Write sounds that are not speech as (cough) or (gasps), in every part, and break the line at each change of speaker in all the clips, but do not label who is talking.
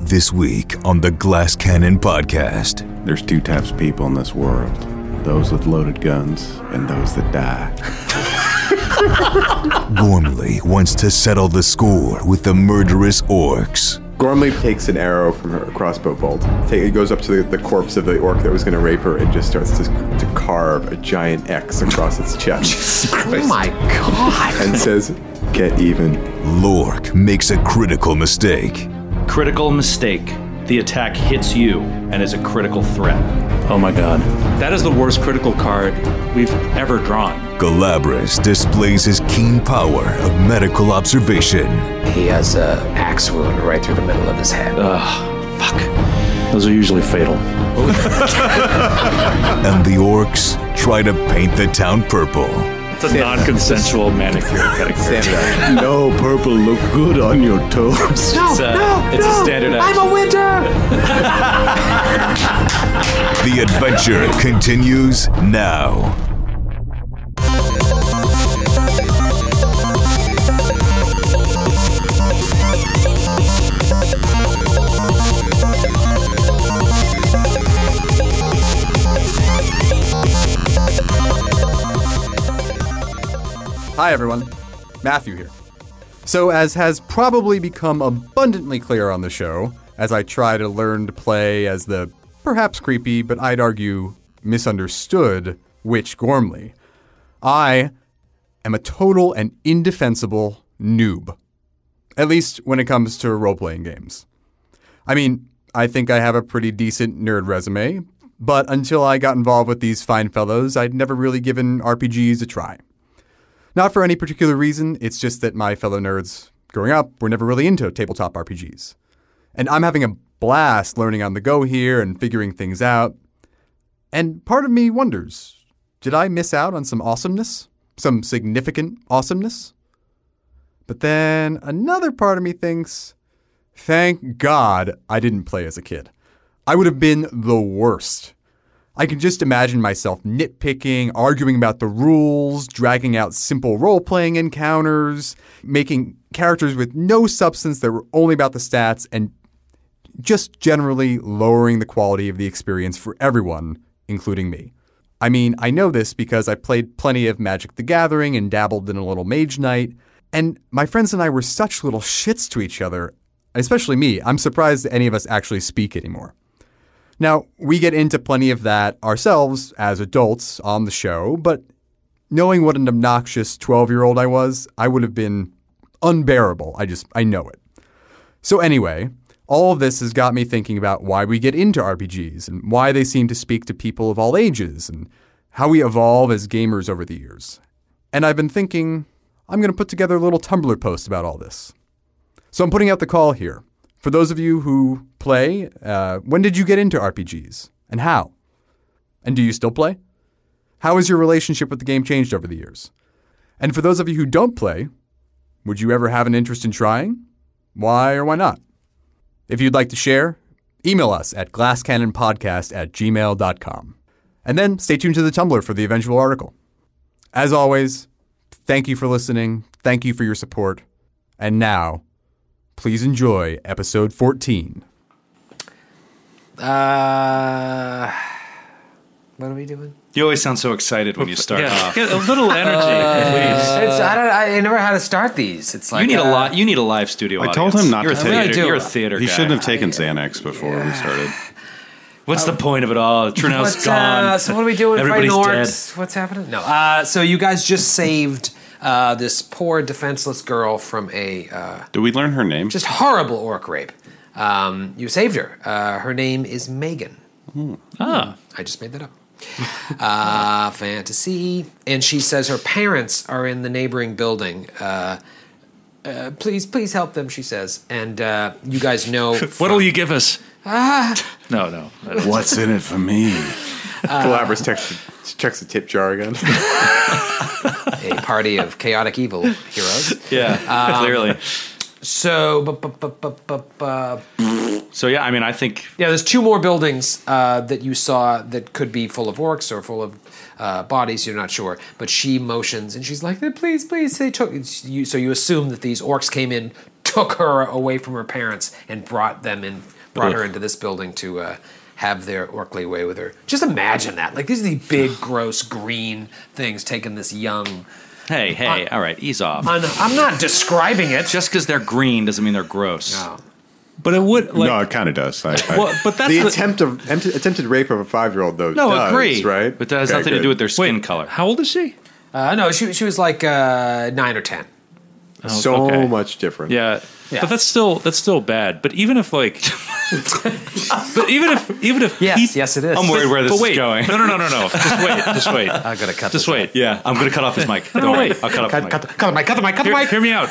This week on the Glass Cannon Podcast.
There's two types of people in this world those with loaded guns and those that die.
Gormley wants to settle the score with the murderous orcs.
Gormley takes an arrow from her crossbow bolt. Take, it goes up to the, the corpse of the orc that was going to rape her and just starts to, to carve a giant X across its chest
Oh my
(laughs)
god.
and says, Get even.
Lork makes a critical mistake.
Critical mistake. The attack hits you and is a critical threat.
Oh my god. That is the worst critical card we've ever drawn.
Galabras displays his keen power of medical observation.
He has a axe wound right through the middle of his head.
Those are usually fatal.
And the orcs try to paint the town purple.
It's a non consensual manicure (laughs) pedicure.
no purple look good on your toes.
It's
uh,
a, it's a standard action.
The adventure continues now.
Hi, everyone. Matthew here. So, as has probably become abundantly clear on the show, as I try to learn to play as the perhaps creepy, but I'd argue misunderstood Witch Gormley, I am a total and indefensible noob. At least when it comes to role playing games. I mean, I think I have a pretty decent nerd resume, but until I got involved with these fine fellows, I'd never really given RPGs a try. Not for any particular reason, it's just that my fellow nerds growing up were never really into tabletop RPGs. And I'm having a blast learning on the go here and figuring things out. And part of me wonders did I miss out on some awesomeness? Some significant awesomeness? But then another part of me thinks thank God I didn't play as a kid. I would have been the worst. I can just imagine myself nitpicking, arguing about the rules, dragging out simple role playing encounters, making characters with no substance that were only about the stats, and just generally lowering the quality of the experience for everyone, including me. I mean, I know this because I played plenty of Magic the Gathering and dabbled in a little Mage Knight, and my friends and I were such little shits to each other, especially me. I'm surprised any of us actually speak anymore. Now, we get into plenty of that ourselves as adults on the show, but knowing what an obnoxious 12 year old I was, I would have been unbearable. I just, I know it. So, anyway, all of this has got me thinking about why we get into RPGs and why they seem to speak to people of all ages and how we evolve as gamers over the years. And I've been thinking, I'm going to put together a little Tumblr post about all this. So I'm putting out the call here. For those of you who play, uh, when did you get into RPGs and how? And do you still play? How has your relationship with the game changed over the years? And for those of you who don't play, would you ever have an interest in trying? Why or why not? If you'd like to share, email us at glasscannonpodcast at gmail.com. And then stay tuned to the Tumblr for the eventual article. As always, thank you for listening. Thank you for your support. And now, please enjoy episode 14.
Uh, what are we doing?
You always sound so excited when you start
Yeah,
off.
get
(laughs)
a little energy, please.
It's, I don't. I never know how to start these. It's like
You need a
uh,
lot. You need a live studio.
I told
audience.
him not
You're
to
A
take
theater,
it.
You're a theater.
He
guy.
shouldn't have taven Xanax before we started.
What's
Oh.
the point of it all? Trunau's
What's,
gone.
Uh, so what are we doing?
Everybody's
Fighting
dead.
orcs? What's happening? No. Uh, so you guys just saved uh, this poor defenseless girl from a uh,
Did we learn her name?
just horrible orc rape. Um, you saved her. Uh, her name is Megan.
Ah,
I just made that
(laughs)
up. uh, fantasy. And she says her parents are in the neighboring building. Uh, uh, please, please help them, she says. And uh, you guys
(laughs)
know.
what'll you give us? Ah. No, no.
What's in it for me?
Galabras checks the, checks the tip jar again.
a party of chaotic evil heroes.
Yeah, clearly.
So, bu- bu- bu- bu- bu- bu-
So yeah, I mean, I think
yeah, there's two more buildings uh, that you saw that could be full of orcs or full of uh, bodies. You're not sure, but she motions and she's like, "Please, please." They took you, so you assume that these orcs came in
took her away from her parents and brought them in, brought her into this building to uh, have their Orkley way with her. Just imagine that. Like these are the big, gross, green things taking this young.
Hey, hey, all right, ease off.
I know- I'm not describing it.
Just because they're green doesn't mean they're gross.
No.
But it would like
no, it kind of does. I, I,
Well, but that's
the
the-
attempt of attempt- attempted rape of a five year old though.
No,
does,
agree.
right?
But that has
Okay,
nothing to
good.
do with their skin
wait,
color.
How old is she?
Uh, no, she, she was like uh, nine or ten.
so
okay.
much different.
Yeah.
Yeah.
But that's still that's still bad. But even
(laughs)
if like But even if even if
Yes,
he-
yes, it is.
I'm worried where this
but wait,
is going.
No, no, no, no, no. Just wait. Just
(laughs)
wait.
I gotta cut
Just
this.
wait.
Yeah, I'm gonna cut off his mic. Don't worry,
wait.
I'll cut off his
Cut,
mic.
cut, the- cut the mic. Cut the mic. Cut the
Hear,
mic.
hear me out.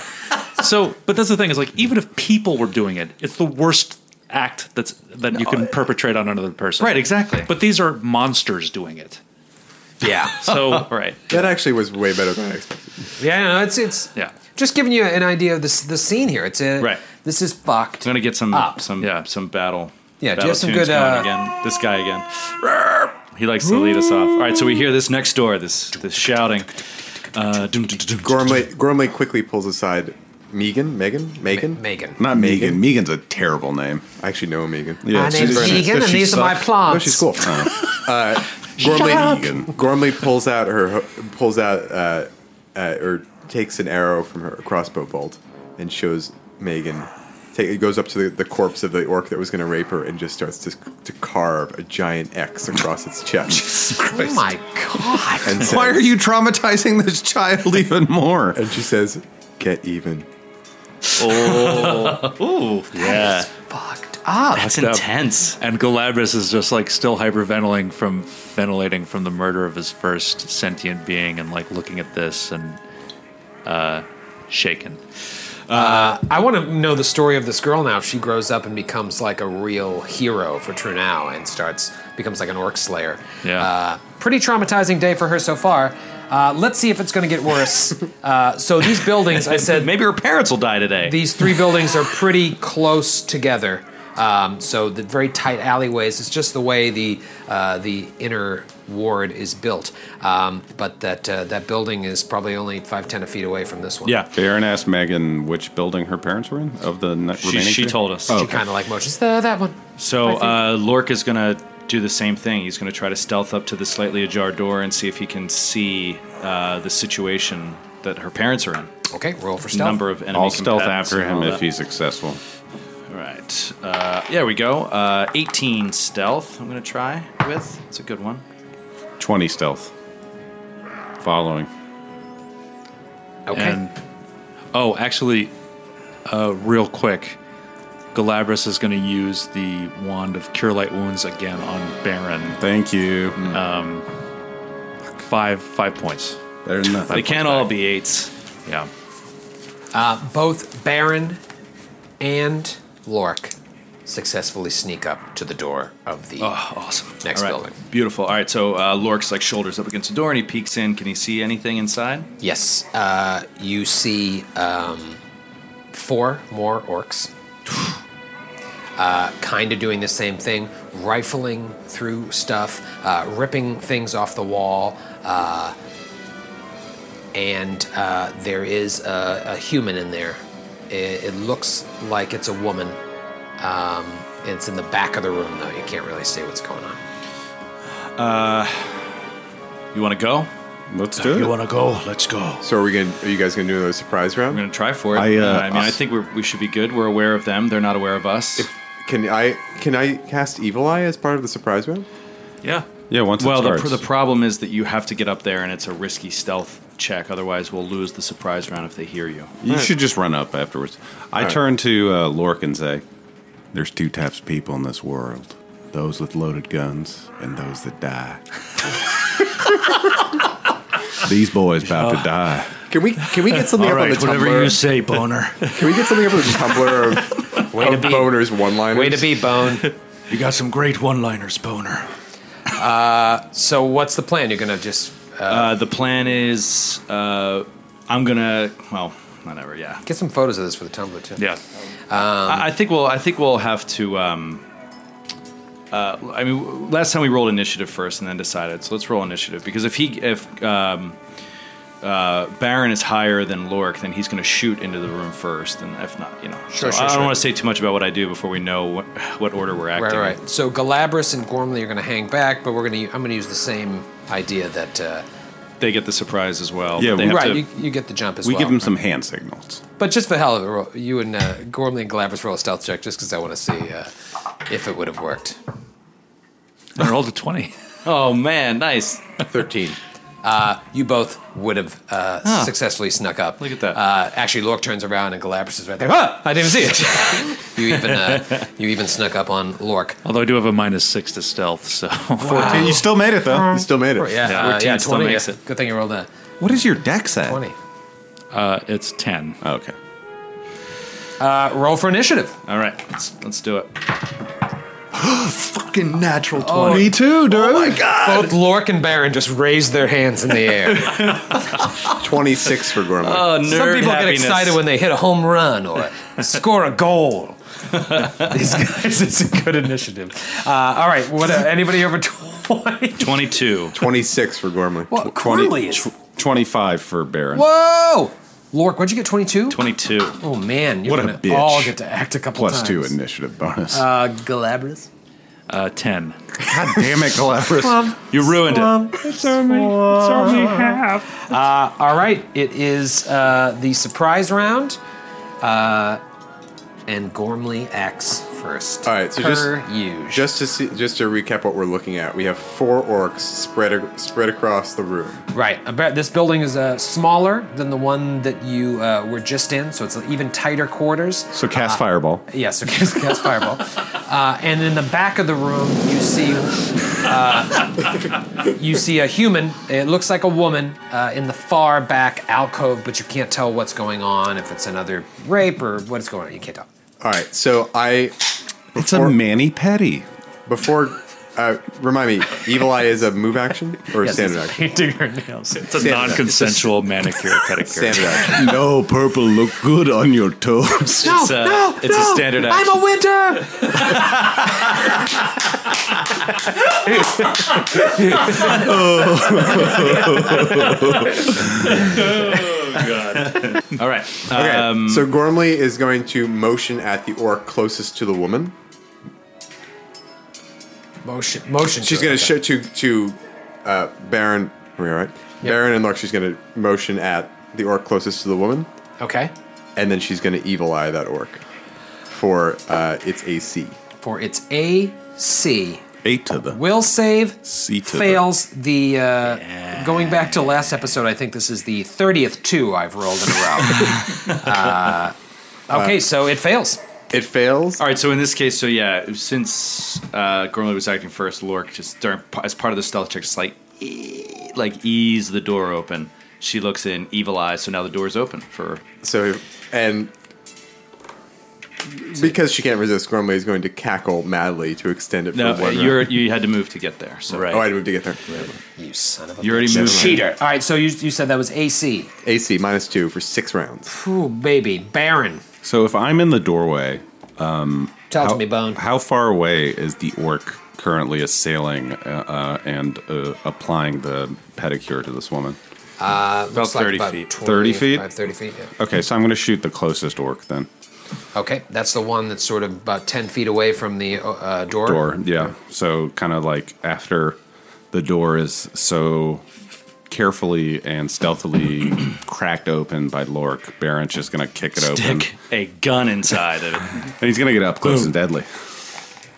So, but that's the thing is like even if people were doing it, it's the worst act that's that you can perpetrate on another person.
Right, exactly.
But these are monsters doing it.
Yeah.
(laughs)
(laughs)
So, right.
That actually was way better than I expected.
Yeah, no, it's it's
Yeah.
Just giving you an idea of this the scene here. It's a,
Right.
This is fucked.
I'm gonna get some
Up.
some
Yeah.
some battle.
Yeah, do
battle
you have some
tunes
good,
going
uh,
again. This guy again. He likes to lead us off. All right, so we hear this next door. This this shouting. Uh, dum, dum, dum, dum,
Gormley Gormley quickly pulls aside Megan. Megan. Megan.
Megan.
not Megan. Megan's a terrible name.
I actually know Megan.
My
she
name's
does-
Megan,
does
and
she
these are my
suck?
plants.
No, she's cool. Uh,
(laughs)
Gormley, Gormley pulls out her pulls out uh, uh, or takes an arrow from her crossbow bolt and shows Megan. Take, it goes up to the, the corpse of the orc that was going to rape her and just starts to, to carve a giant X across its chest.
Oh my god.
And (laughs) says,
Why are you traumatizing this child even more?
And she says, "Get even."
Yeah,
fucked up.
that's intense.
And Galabras is just like still hyperventilating from ventilating from the murder of his first sentient being and like looking at this and uh shaken.
I want to know the story of this girl now. If she grows up and becomes like a real hero for True Now and starts becomes like an orc slayer.
Yeah.
Uh, pretty traumatizing day for her so far. Uh, let's see if it's going to get worse. uh, so these buildings, I said,
Maybe her parents will die today.
These three buildings are pretty close together, um, so the very tight alleyways is just the way the uh, the inner ward is built. Um, but that uh, that building is probably only five ten feet away from this one.
yeah,
Aaron asked Megan which building her parents were in of the ne-
she,
remaining.
she
three? Oh,
told us.
she kind of like motions "There, that one.
So uh, Lork is gonna do the same thing. He's gonna try to stealth up to the slightly ajar door and see if he can see uh, the situation that her parents are in.
Okay, roll for stealth.
Number of enemy.
I'll stealth
combatants
after
and all
him if
that.
he's successful.
All right. Uh, yeah, we go. Uh, 18 stealth. I'm gonna try with. It's a good one.
Twenty stealth. Following.
Okay.
And oh, actually, uh, real quick, Galabras is going to use the wand of Cure Light Wounds again on Baron.
Thank you.
Mm.
Five five points.
There's nothing.
They can't all be eights.
Yeah.
Both Baron and Lork successfully sneak up to the door of the.
Oh, awesome.
Next
All right.
building.
Beautiful. All right. So uh, Lork's like shoulders up against the door and he peeks in. Can he see anything inside?
Yes, uh, you see um, four more orcs. (sighs) Uh, kind of doing the same thing, rifling through stuff, uh, ripping things off the wall, uh, and uh, there is a, a human in there. It, it looks like it's a woman. Um, it's in the back of the room, though. You can't really see what's going on.
You want to go?
Let's do it.
to go? Let's go.
So are we going? to Are you guys going to do another surprise
I'm
round?
gonna try for it.
I,
I,
uh,
I mean, I think we're, we should be good. We're aware of them. They're not aware of us.
Can I? Can I cast Evil Eye as part of the surprise round?
Yeah.
Yeah, once
well,
it
the,
starts.
pr- the problem is that you have to get up there, and it's a risky stealth check. Otherwise, we'll lose the surprise round if they hear you.
you should just run up afterwards. I turn to uh, Lork and say, "There's two types of people in this world: those with loaded guns and those that
(laughs)
die." These boys about to die.
Can we? Can we get something up on the Tumblr?
say, boner.
(laughs) Can we get something up on the Tumblr (laughs) of, of boners one liners?
Way to be, Bone.
you got some great one-liners, boner.
so, what's the plan? You're gonna just
Uh, the plan is, uh, I'm gonna. Well, whatever. Yeah,
get some photos of this for the Tumblr too.
Yeah.
I, I think we'll. I think we'll have to. Um, uh, I mean, w- last time we rolled initiative first and then decided. So let's roll initiative because if he, if um, uh, Baron is higher than Lork, then he's going to shoot into the room first, and if not, you know.
Sure,
so
sure,
I don't
sure.
want to say too much about what I do before we know what, what order we're
Right,
acting.
right. So Galabras and Gormley are going to hang back, but we're going to. I'm going to use the same idea that. Uh,
They get the surprise as well.
Yeah,
but they
we-
have
right,
to-
you, you get the jump as
We
well.
give him some hand signals.
But just for hell of it, roll- you and uh, Gormley and Galabras roll a stealth check just because I want to see uh, if it would have worked.
I (laughs) rolled a 20.
(laughs) oh man, nice.
Thirteen.
You both would have uh, successfully snuck up.
Ah. Look at that.
Uh, actually, Lork turns around and Galabras is right there. Ah, I didn't see it. (laughs) you even uh, you even snuck up on Lork.
Although I do have a minus six to stealth, so.
You still made it though.
You still made it.
Yeah, yeah, uh,
14
yeah
still
20.
makes it.
Good thing you rolled a
What is your dex at?
20.
Uh, it's 10.
Oh, okay.
Uh, roll for initiative.
All right, let's let's do
(gasps)
it.
Fucking natural 20.
Oh, Me too,
Oh
dude.
Both Lork and Baron just raised their hands in the air.
Twenty six for Gormley.
(laughs) Uh, nerd
Some people
happiness.
get excited when they hit a home run or (laughs) score a goal. (laughs) These guys, it's a good initiative. Uh, all right, what? Uh, anybody over twenty?
Twenty-two.
Twenty six for Gormley.
Well,
Tw-
Corley is-
Twenty-five for Baron.
Whoa, Lork, what'd you get? Twenty-two.
Twenty-two.
Oh man, you're
What a
gonna
bitch.
all get to act a couple
Plus
times.
two initiative bonus.
Uh, Galabras.
Uh, 10.
God damn it, Galabras.
You ruined it.
Uh, All right, it is uh, the surprise round, uh, and Gormley acts first.
All right, so
per
just-
usual.
Just to see, just to recap what we're looking at, we have four orcs spread a- spread across the room.
Right. About this building is uh, smaller than the one that you uh, were just in, so it's even tighter quarters.
so cast
uh,
fireball.
Yes, (laughs) yeah, so cast fireball. Uh, and in the back of the room, you see uh, you see a human. It looks like a woman uh, in the far back alcove, but you can't tell what's going on. If it's another rape or what's going on, you can't tell.
All right, so I
It's a mani petty.
before uh, remind me, evil eye is a move action or a standard action?
painting her nails.
It's a
Stand up.
non consensual manicure pedicure.
Standard action.
No purple look good on your toes.
No,
It's a-
no,
uh, it's a
no,
standard
I'm a
action.
winter.
All right. Uh,
Okay, so Gormley is going to motion at the orc closest to the woman.
Motion, motion.
She's
to it,
going to
okay.
show to to uh, Baron. Are we all right? Baron and Lark. She's going to motion at the orc closest to the woman,
Okay.
and then she's going to evil eye that orc for uh, its AC.
For its AC.
Eight to the.
Will save
C to the-
fails the. uh, Going back to last episode, I think this is the 30th two I've rolled in a
(laughs)
row. uh, okay, so it fails.
It fails.
all right. So in this case, so yeah, since uh, Gormley was acting first, Lork just during as part of the stealth check, just like ee- like ease the door open. She looks in, evil eyes. So now the door's open for
So and because she can't resist, Gormley is going to cackle madly to extend it.
no.
for one round.
You're you had to move to get there. So
Oh, I moved to get there.
You son of a
you already
bitch.
moved.
cheater. All right, so you, you said that was AC.
AC minus two for six rounds.
Ooh, baby. Baron.
So if I'm in the doorway,
Tell it
how,
to me, Bone.
how far away is the orc currently assailing uh, uh, and uh, applying the pedicure to this woman?
Looks
about 30 feet.
30 feet?
About 30 feet, yeah.
Okay, so I'm going to shoot the closest orc then.
Okay, that's the one that's sort of about 10 feet away from the uh, door.
Door, yeah. So kind of like after the door is so carefully and stealthily (clears throat) cracked open by Lork, Baron's just going to kick it open.
Stick a gun inside
(laughs)
of it.
And he's going to get up close and deadly.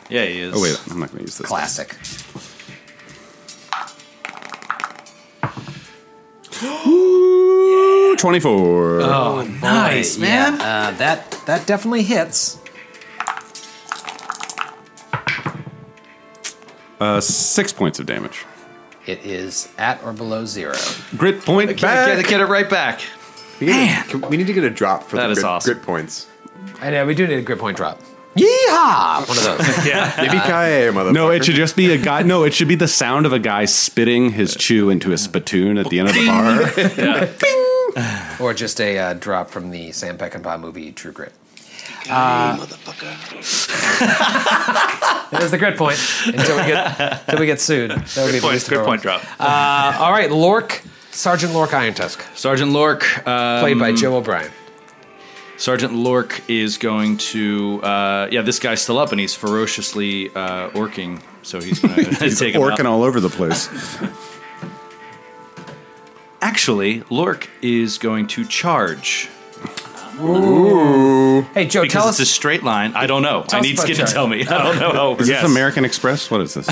Yeah, he is.
Oh, wait, I'm not going to use this.
Classic.
Ooh, 24.
nice
Yeah, uh, that, that definitely hits.
Uh, six points of damage.
It is at or below zero.
Grit point
Get,
back.
get, get it right back.
We need, to, can- we need to get a drop for
That
the
is
grit,
awesome.
grit points.
I know we do need a grip point drop. Yeehaw! One of
(laughs)
those.
Yippee-ki-yay, motherfucker.
No, it should just be a guy. No, it should be the sound of a guy spitting his chew into a spittoon at the end of the bar.
or just a uh, drop from the Sam Peckinpah movie True Grit. Uh, (laughs) There's the grit point until we get until we get sued. That would be the least of
Good
our
point
worries.
drop.
Uh, all right, Lork Sergeant Lork Iron Tusk,
Sergeant Lork, uh,
played by Joe O'Brien.
Sergeant Lork is going to. Uh, yeah, this guy's still up and he's ferociously uh, orking, so he's (laughs) going to take him out.
Orking all over the (laughs) place.
Actually, Lork is going to charge.
Hey, Joe,
Because
tell
it's
us.
a straight line. I don't know. I
us
need
about
Skid to
charge.
tell me. (laughs) I don't know. how it
Is
works.
this American Express? What is (laughs) this?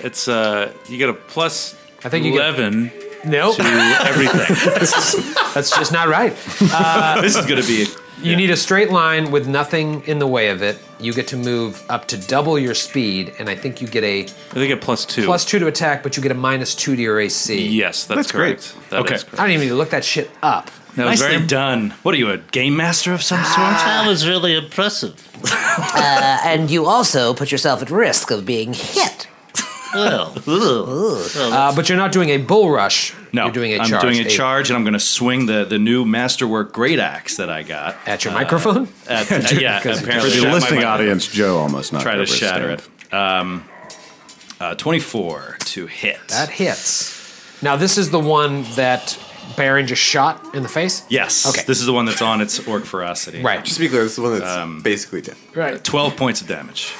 It's uh, you get a plus.
I think you get-
eleven
nope,
to everything.
(laughs) that's just not right.
this is going to be.
You need a straight line with nothing in the way of it. You get to move up to double your speed, and I think you get a
I think get plus two.
plus two to attack, but you get a minus two to your AC.
Yes, that's,
That's great.
correct. That
Okay.
is
I
correct.
don't even need to look that shit up.
That was
Nicely
very-
done. What are you, a game master of some
Ah.
sort?
That was really impressive.
Uh, And you also put yourself at risk of being hit. (laughs)
Well, ooh.
Uh, but you're not doing a bull rush.
No,
you're doing a
I'm
charge.
doing a charge, and I'm going to swing the, the new masterwork great axe that I got.
at your microphone. (laughs)
At, uh, yeah,
For
apparently
the
shat my
listening
mic-
audience, Joe almost knocked
Try to
over his
shatter
stand.
it. Um, uh, 24 to hit.
That
uh,
hits. Now this is the one that Baron just shot in the face.
yes.
Okay.
This is the one that's on its orc ferocity.
right.
Just to be clear, this is the one that's
Um,
basically
(laughs)
dead.
right.
12 points of damage.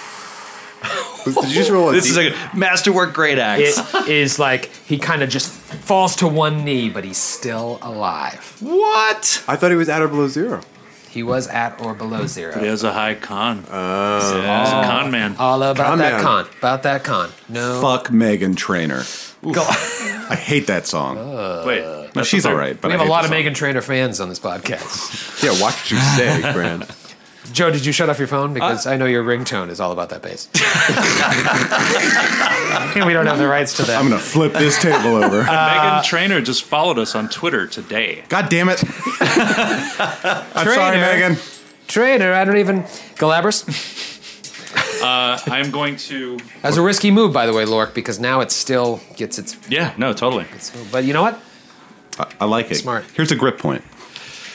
Did you just roll a
This
D-
is like a masterwork great axe.
It is like he kind of just falls to one knee, but he's still alive.
what?
I thought he was at or below zero.
He was at or below zero.
He has a high con.
Oh. Yeah.
He's a con man.
All about
Con
that
man.
con. About that con. No.
Fuck Megan Trainer. I hate that song.
Wait,
no, she's all right. But
we
I
have a
hate
lot
the
of
song.
Megan Trainer fans on this
(laughs)
podcast.
Yeah, watch what you say, Brand.
Joe, did you shut off your
Uh,
phone? Because I know your ringtone is all about that
(laughs)
bass. and we don't have the rights to that.
I'm gonna flip this table over.
Uh,
Megan Trainer just followed us on Twitter today.
God damn it! I'm sorry,
Trainer.
Megan.
Trainer, I don't even. Galabras?
I'm going to.
That's a risky move, by the way, Lork, because now it still gets its.
Yeah, no, totally.
But you know what?
I, I like it.
Smart.
Here's a grip point.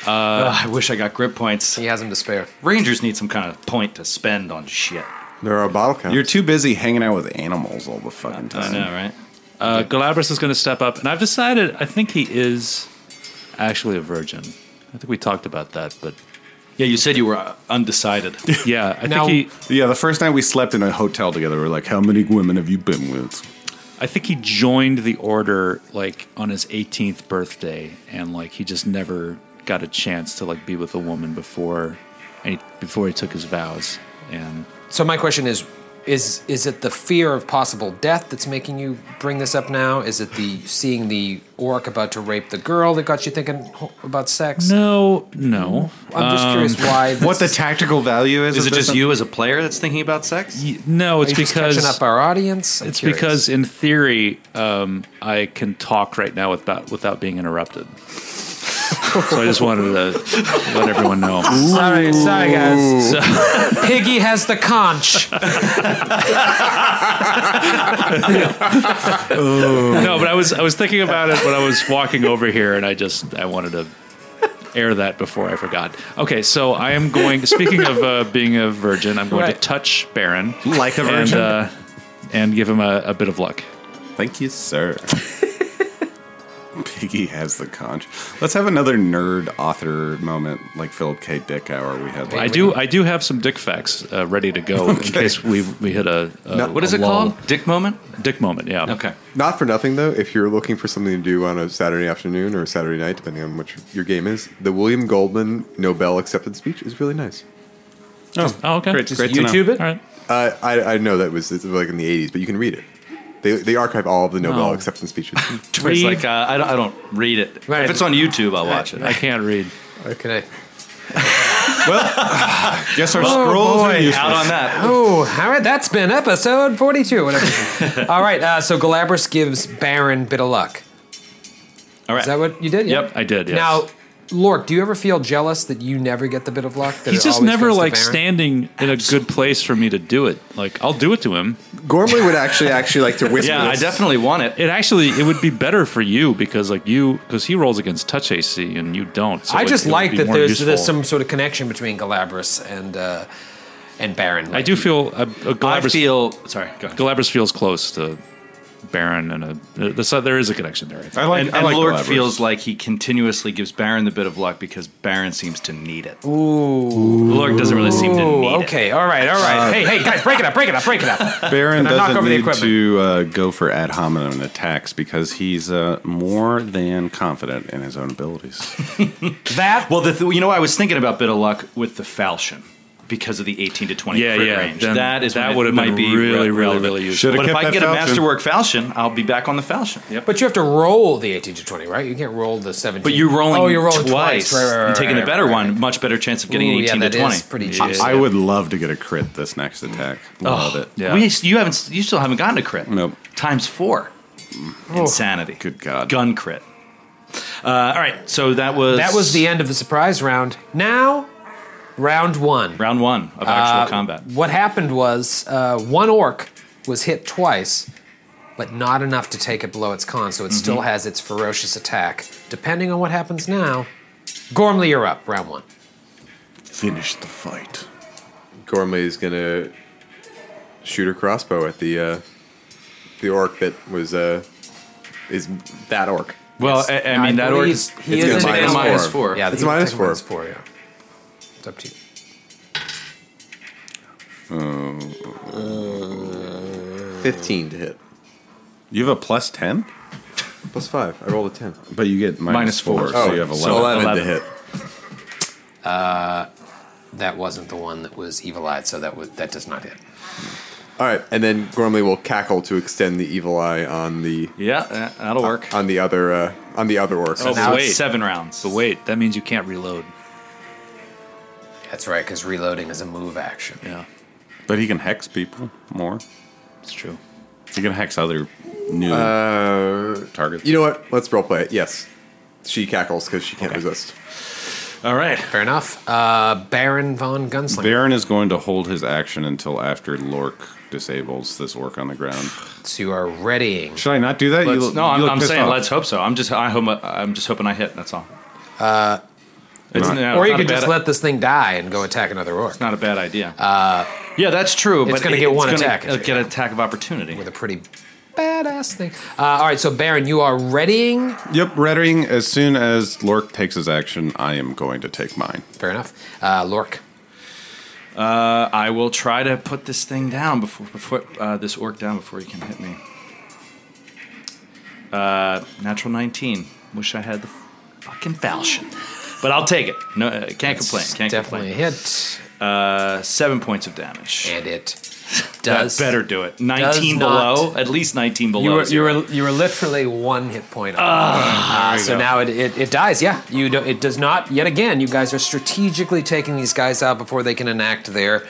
Ugh, I wish I got grip points.
He has him to spare.
Rangers need some kind of point to spend on shit.
There are bottle counts.
You're too busy hanging out with animals all the fucking
I
time.
know, right?
Uh, Galabras is going to step up, and I've decided I think he is actually a virgin. I think we talked about that, but
Yeah, you said you were uh, undecided. (laughs)
(laughs) yeah, I
Now-
think he.
Yeah, the first night we slept in a hotel together, we were like, "How many women have you been with?"
I think he joined the order like on his 18th birthday, and like he just never got a chance to like be with a woman before, and he, before he took his vows. And
So my question is, is is it the fear of possible death that's making you bring this up now? Is it the seeing the orc about to rape the girl that got you thinking ho- about sex?
no, no,
I'm just curious
Um,
why. This
What the tactical value is?
(laughs) Is
of
it
this?
just (laughs) you as a player that's thinking about sex?
Y- no. It's
are you just
because
catching up our audience. I'm
It's
curious.
because, in theory, um, I can talk right now without without being interrupted. so I just wanted to let everyone know.
sorry, sorry guys. (laughs) Piggy has the (laughs) conch.
No, but I was I was thinking about it when I was walking over here, and I just I wanted to air that before I forgot. Okay, so I am going. Speaking of uh, being a virgin, I'm going
Right.
to touch Baron
like a
and
virgin?
uh, and give him a, a bit of luck.
Thank you, sir. (laughs) Piggy has the conch. Let's have another nerd author moment, like Philip K. Dick hour we had.
I
Like,
do I do have some dick facts uh, ready to go in case we we hit a, a
What is
a
it
lull.
called? Dick moment?
Dick moment. Yeah.
Okay.
Not for nothing though, if you're looking for something to do on a Uh, Saturday afternoon or a Saturday night, depending on what your game is, the William Goldman Nobel acceptance speech is really nice.
Oh, okay.
Great, great to know.
YouTube it.
All right.
Uh, I, I know that was it's like in the 80s, but you can read it. They, they archive all of the Nobel
Oh.
acceptance
(laughs)
speeches.
It's like, uh, I, don't, I don't read it.
Right.
If it's on YouTube, I'll watch it.
I can't read.
Can I?
Guess our
Oh,
scrolls are useless.
Out on that.
Oh, all right. That's been episode forty-two.
(laughs)
Whatever. all right. Uh, so Galabras gives Baron bit of luck.
All right.
Is that what you did? Yeah?
Yep,
I did. Yes.
Now, Lork, do you ever feel jealous that you never get the bit of luck? That
he's
it
just
always
never
goes to
like
Baron?
standing in a good place for me to do it. Like I'll do it to him.
Gormley would actually actually like (laughs) to whisper.
yeah, I
this.
definitely want it.
It actually it would be better for you because like you because he rolls against touch AC and you don't. So
I
it-
just
it would
like
be
that
more
there's
useful.
there's some sort of connection between Galabras and uh, and Baron.
I do feel uh, uh,
I
Galabras,
feel. Sorry, go ahead.
Galabras feels close to
Baron and a. uh, So there is a connection there. I think.
I like.
and
I
and
like the
Lork
Labyrinth.
feels like he continuously gives Baron the bit of luck because Baron seems to need it. Ooh. Lork doesn't really seem to need
Ooh,
it. Uh,
okay, all right, all right. hey, hey, guys, break it up, break it up, break it
(laughs)
up.
Baron
Can I knock
doesn't
over the
need
equipment?
to uh, go for ad hominem attacks because he's uh, more than confident in his
(laughs)
own abilities.
That
Well, the th- you know, I was thinking about bit of luck with the falchion because of the 18 to 20
Yeah,
crit
yeah,
range.
then
That is
that
when it
would've
might
been
be
really,
re-
really,
relevant.
really useful.
Should've
But if
kept
I
that
get a
falchion.
masterwork falchion, I'll be back on the falchion. Yep.
But you have to roll the 18 to 20, right? You can't roll the 17.
But you're rolling,
oh, you're rolling
twice,
twice. Right, right, right,
and taking
right,
the better
right,
one,
right.
much better chance of getting
Ooh,
an
yeah,
18
that
to 20.
is pretty
Yeah.
juicy.
I would love to get a crit this next attack. Love it.
Yeah.
We, you haven't, you still haven't gotten a crit.
Nope.
Times four. Insanity.
Good God.
Gun crit. Uh, all right, so that was
That was the end of the surprise round. Now, round one.
round one of actual
Uh,
combat.
What happened was uh, one orc was hit twice, but not enough to take it below its con, so it
Mm-hmm.
still has its ferocious attack. Depending on what happens now, Gormley, you're up. Round one.
Finish the fight.
Gormley is gonna shoot a crossbow at the uh, the orc that was uh, is that orc.
Well, I, I mean that orc
believe
is
he
it's got
is an
minus
animal.
minus
four.
Yeah,
It's
he would
minus
take
four.
Minus four. Yeah, it's up to you.
Fifteen to hit.
You have a plus ten,
Plus five. I rolled a ten.
but you get minus,
Minus
minus
four.
four,
Oh,
so you have
so
eleven.
eleven, to
11.
hit.
That wasn't the one that was evil eyed, so that was that does not hit.
All right, and then Gormley will cackle to extend the evil eye on the
yeah, that- that'll work.
on the other uh, on the other orc.
oh,
now
now
wait.
seven rounds.
But wait, that means you can't reload.
That's right, because reloading is a move action.
Yeah,
But he can hex people more.
it's true.
He can hex other new
Uh,
targets.
You know what? Let's roleplay it. Yes, she cackles because she can't resist.
All right.
Fair enough. Uh, Baron von Gunslinger.
Baron is going to hold his action until after Lork disables this orc on the ground.
so you are readying.
Should I not do that? You
Let's-
look-
no,
you
I'm,
look
I'm
pissed
saying
off.
let's hope so. I'm just I hope I'm just hoping I hit. That's all. Uh, it's,
Not-
no,
Or you
not
could
a bad-
just let this thing die and go attack another orc
Not a bad idea. Uh, yeah, that's true. but
gonna
it-
get one
gonna
attack at you,
Get
yeah.
an attack of opportunity.
with a pretty badass thing. Uh, all right, so Baron, you are readying.
Yep, Redding, as soon as Lork takes his action, I am going to take mine.
Fair enough. Uh, Lork.
Uh, I will try to put this thing down before before uh, this orc down before he can hit me. Uh, natural 19. Wish I had the fucking falchion, but I'll take it. No, uh, can't complain. Can't
definitely
complain.
a hit,
Uh, seven points of damage.
and it
That
does
better do it. 19
not-
below, at least 19 below.
You were,
is
you
zero.
were you were literally one hit point. off. Uh, so now it, it, it dies. Yeah, you do, it does not. Yet again, you guys are strategically taking these guys out before they can enact their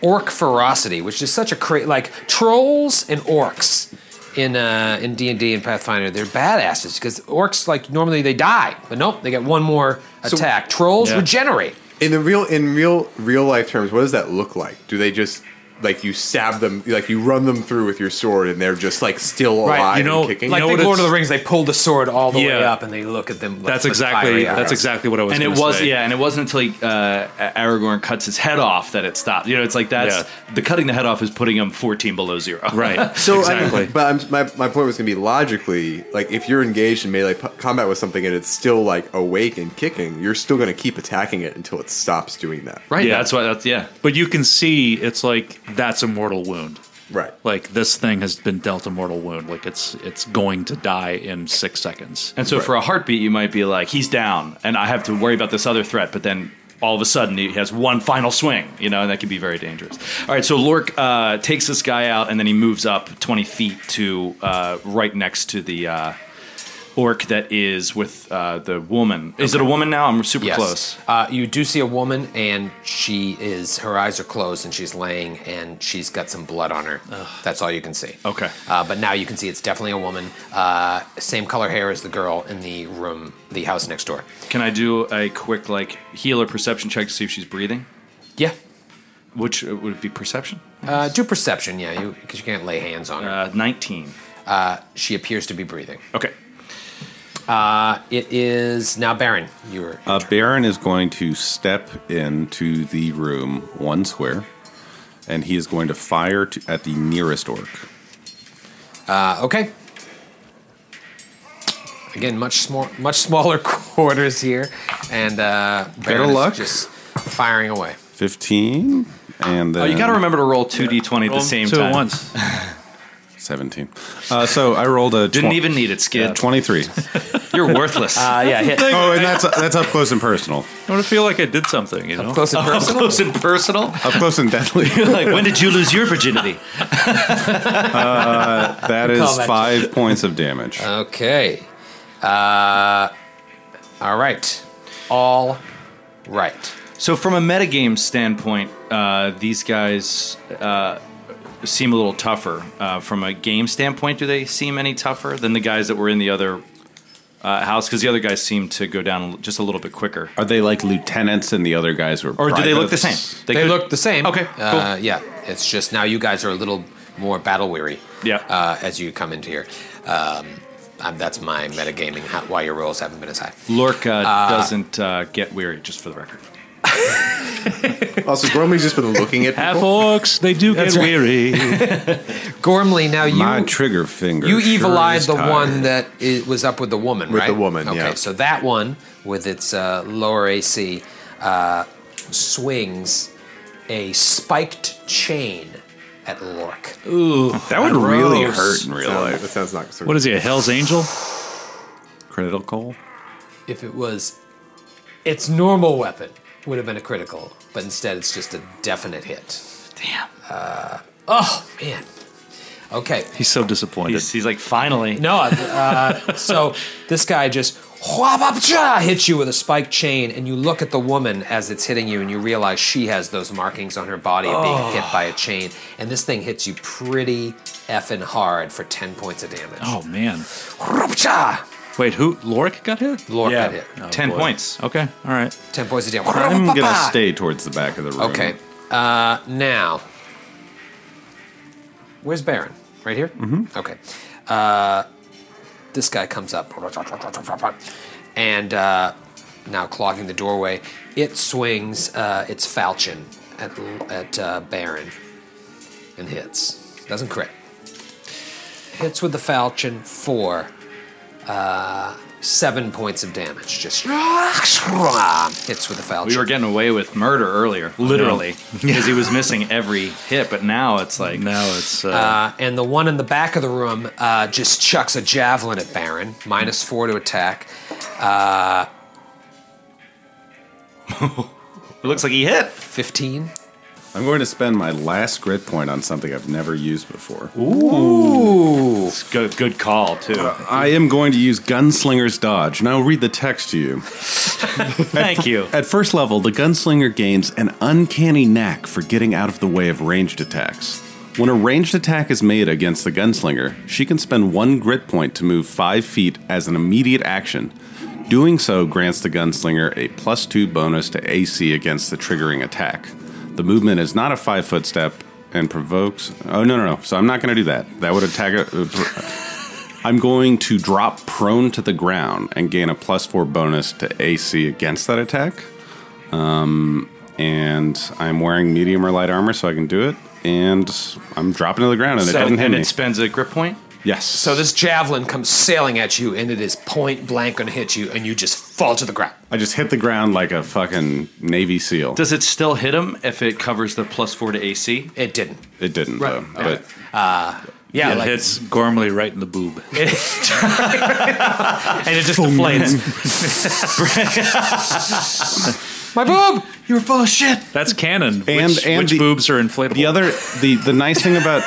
orc ferocity, which is such a cra- like trolls and orcs in uh, in D and D and Pathfinder. They're badasses because orcs like normally they die, but nope, they get one more attack. Trolls regenerate.
In the real in real real life terms, what does that look like? Do they just like you stab them, like you run them through with your sword, and they're just like still alive,
Right,
you know,
and kicking?
Like
know
think
what
Lord of
it's-
the Rings, they pull the sword all the way
Yeah.
up and they look at them. Like,
That's
with
exactly
fiery
that's
eyes.
exactly what I was.
and it
gonna
was
say.
yeah, and it wasn't until he, uh, Aragorn cuts his head off that it stopped. You know, it's like that's the cutting the head off is putting him 14 below zero. (laughs)
right.
So I mean,
exactly.
but I'm, my, my point was going to be logically, like if you're engaged in melee p- combat with something and it's still like awake and kicking, you're still going to keep attacking it until it stops doing that.
right.
Yeah.
That's why. That's yeah.
but you can see it's like that's a mortal wound.
Right.
Like this thing has been dealt a mortal wound. Like it's it's going to die in six seconds.
And so for a heartbeat, you might be like, he's down, and I have to worry about this other threat. But then all of a sudden, he has one final swing, you know, and that can be very dangerous. All right, so Lork uh, takes this guy out, and then he moves up 20 feet to uh, right next to the uh, orc that is with uh, the woman. Is it a woman now? I'm super
Yes.
close.
Uh, you do see a woman, and she is her eyes are closed, and she's laying, and she's got some blood on her. That's all you can see.
Okay.
Uh, but now you can see it's definitely a woman. Uh, same color hair as the girl in the room, the house next door.
Can I do a quick like healer perception check to see if she's breathing?
Yeah.
Which uh, would it be perception?
Uh, do perception, yeah, you because you can't lay hands on her.
Uh, 19.
She appears to be breathing.
Okay.
It is now Baron. You're
Uh, Baron is going to step into the room one square, and he is going to fire to, at the nearest orc.
uh, okay. Again, much small, much smaller (laughs) quarters here, and uh, Baron
luck.
is just firing away.
15 and then
Oh, you got to remember to roll two d20 at the same
two
time.
at once.
17 uh, so i rolled a
Didn't
twen-
even need it, Skid.
(laughs)
23
You're worthless. (laughs)
Uh, yeah, hit.
oh and that's that's up close and personal
I want to feel like I did something, you know?
Close and
Up
personal.
close and personal. (laughs)
up close and deadly
like, when did you lose your virginity?
that is five points of damage
(laughs) Okay. Uh, all right. All right.
So, from a metagame standpoint, uh, these guys uh, seem a little tougher. Uh, from a game standpoint, do they seem any tougher than the guys that were in the other uh, house? Because the other guys seem to go down just a little bit quicker.
are they like lieutenants and the other guys were
Or do they look the
privates?
same?
They,
could-
look the same.
Okay,
Uh,
cool.
yeah. It's just now you guys are a little more battle weary.
Yeah.
Uh, as you come into here. Um, um, that's my metagaming, how, why your rolls haven't been as high.
Lork uh, doesn't uh, get weary, just for the record.
Also, Gormley's just been looking at
Half
people.
orcs, they do get weary.
Gormley, now you.
my trigger finger
You
sure
evil eyed
is
the
tired.
one that i was up with the woman,
With
right?
the woman,
okay,
yeah.
so that one with its uh, lower AC uh, swings a spiked chain at Lork.
that would really
Gross.
hurt in real
Sound-
life
That sounds not so
What is he, a Hell's Angel?
critical
If it was its normal weapon, would have been a critical, but instead it's just a definite hit. Damn. Uh, oh man. Okay.
He's so disappointed.
He's, he's like, finally.
No, uh, so this guy just whop-up-cha, hits you with a spiked chain, and you look at the woman as it's hitting you, and you realize she has those markings on her body of being hit by a chain, and this thing hits you pretty effing hard for ten points of damage.
Oh, man.
Whop-cha!
Wait, who? Lorik got hit?
Lord
Yeah.
got hit.
Oh,
Ten
boy.
points.
Okay, all right.
Ten points of damage.
i'm gonna
Whop-pa-pa!
stay towards the back of the room
Okay. Uh, now, where's Baron? Right here. Mm-hmm. Okay. Uh, this guy comes up, and uh, now clogging the doorway, it swings uh, its falchion at at uh, Baron and hits. Doesn't crit. Hits with the falchion for uh, seven points of damage. Just (laughs) hits with the falchion.
We were getting away with murder earlier,
(laughs)
literally, because he was missing every hit. But now it's like, Ah.
Now it's. Uh,
Uh, and the one in the back of the room uh, just chucks a javelin at Baron, minus four to attack.
it looks like he hit.
15.
i'm going to spend my last grit point on something i've never used before
It's good, good call too.
I am going to use Gunslinger's Dodge, and I will read the text to you.
Thank you.
At first level, the Gunslinger gains an uncanny knack for getting out of the way of ranged attacks. When a ranged attack is made against the Gunslinger, she can spend one grit point to move five feet as an immediate action. Doing so grants the Gunslinger a plus two bonus to AC against the triggering attack. The movement is not a five foot step and provokes. Oh, no, no, no. So I'm not going to do that. That would attack. A, uh, I'm going to drop prone to the ground and gain a plus four bonus to AC against that attack. Um, and I'm wearing medium or light armor, so I can do it. And I'm dropping to the ground, and it
So,
doesn't hit
and
me.
it spends a grip point.
yes.
So this javelin comes sailing at you, and it is point blank going to hit you, and you just fall to the ground.
I just hit the ground like a fucking Navy SEAL.
Does it still hit him if it covers the plus four to AC?
It didn't.
it didn't, though. But
Yeah,
it
like-
hits Gormley right in the boob.
And it just
(laughs)
deflates.
my boob!
you were full of shit.
That's canon. Which,
And- and
which
the-
boobs are inflatable?
the other, the the nice thing about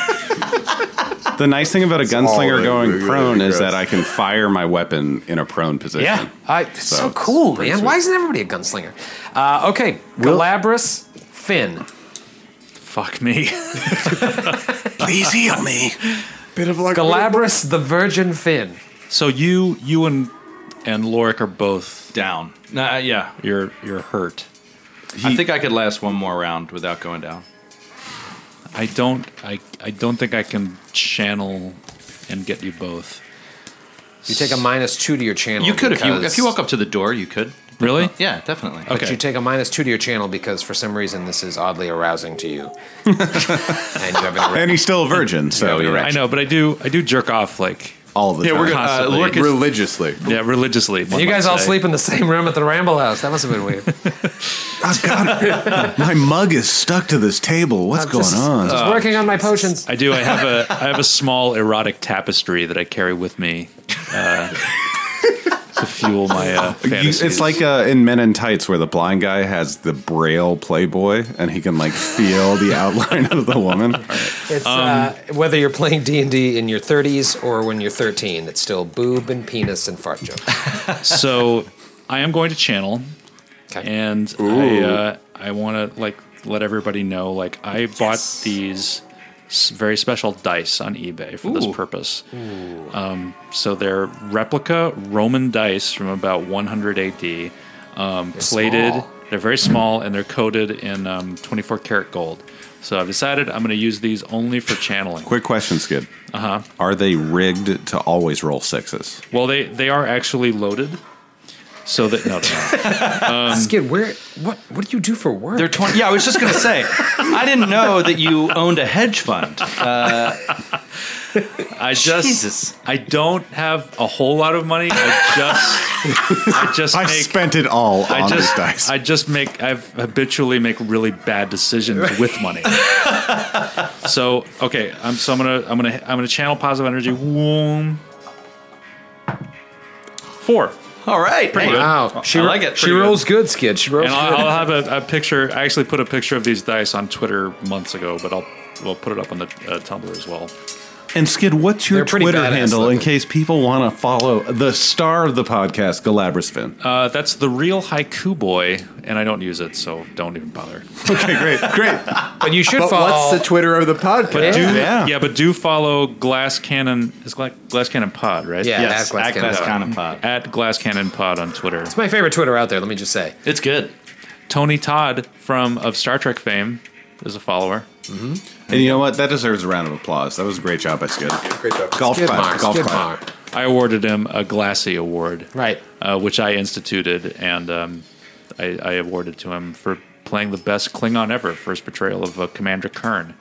(laughs) the nice thing about a gunslinger
all
going
really
prone is
gross.
that I can fire my weapon in a prone position.
Yeah.
I, it's so,
So,
cool,
it's pretty
man.
sweet.
Why isn't everybody a gunslinger? Uh, okay, Galabras, Finn.
Fuck me.
Please heal me.
bit of luck.
Galabras, the Virgin Finn.
so you, you and and Lorik are both
Down. Nah, uh, yeah.
you're you're hurt.
I think I could last one more round without going down.
I don't I I don't think I can channel and get you both.
You take a minus two to your channel.
You could if you
because-
if you walk up to the door, you could.
Really?
Yeah, definitely.
But
Okay.
you take a minus two to your channel because for some reason this is oddly arousing to
(laughs)
you. and you have an
And he's still a virgin, so
Yeah,
you're
yeah.
I
right.
know, but I do I do jerk off like
all the
Yeah,
time.
we're gonna uh,
Constantly.
Lork is
religiously.
Yeah, religiously.
And you guys all sleep in the same room at the Ramble House. That must have been weird.
Oh, God, my mug is stuck to this table. What's
I'm
going
just-
on?
Just working on my potions.
I do. I have a I have a small erotic tapestry that I carry with me uh, to fuel my uh,
You-
fantasies.
it's like uh, in Men in Tights where the blind guy has the braille Playboy and he can like feel (laughs) the outline of the woman.
It's uh, whether you're playing D and D in your 30s or when you're 13. It's still boob and penis and fart joke.
so. I am going to channel,
Okay.
and I uh, I want to like let everybody know like I bought these s- very special dice on eBay for this purpose. Um, so they're replica Roman dice from about 100 AD, um, plated.
small.
They're very small and they're coated in um, 24 karat gold. So I've decided I'm going to use these only for channeling.
Quick question, Skid. Uh
Uh-huh.
huh. Are they rigged to always roll sixes?
Well, they they are actually loaded. So that no, they're
(laughs)
not.
(laughs)
Skid, where? What? What do you do for work?
They're twenty. Yeah, I was just gonna say. I didn't know that you owned a hedge fund. Uh,
I just
Jesus.
I don't have a whole lot of money. I just I just
(laughs) I
make
spent it all
I
on these
just
dice.
I just make I habitually make really bad decisions with money. so okay, I'm so I'm gonna I'm gonna I'm gonna channel positive energy. Whoom. Four.
all right, pretty
wow.
Good. She I like it.
She
pretty good.
rolls good, Skid. She rolls
And
good.
I'll, I'll have a, a picture. I actually put a picture of these dice on Twitter months ago, but I'll we'll put it up on the uh, Tumblr as well.
and Skid, what's
They're
your
pretty
Twitter
badass
handle in
looking.
case people want to follow the star of the podcast, Galabrisfin?
Uh, that's the real haiku boy, and I don't use it, so don't even bother.
okay, great, great.
but you should
But
follow.
what's the Twitter of the podcast?
Yeah.
Yeah.
Yeah, but do follow Glass Cannon. Is Gla- Glass Cannon Pod right?
Yeah,
Yes,
that's
at Glass Cannon Pod.
At Glass Cannon Pod on Twitter.
It's my favorite Twitter out there. Let me just say.
It's good.
Tony Todd from of Star Trek fame is a follower.
And you know what? That deserves a round of applause. That was a great job by Skid.
Great job.
Golf
Skid
clap.
Mar.
Golf
Skid
clap.
Mar.
I awarded him a Glassy Award,
Right.
uh, which I instituted, and um, I, I awarded to him for playing the best Klingon ever for his portrayal of uh, Commander Kern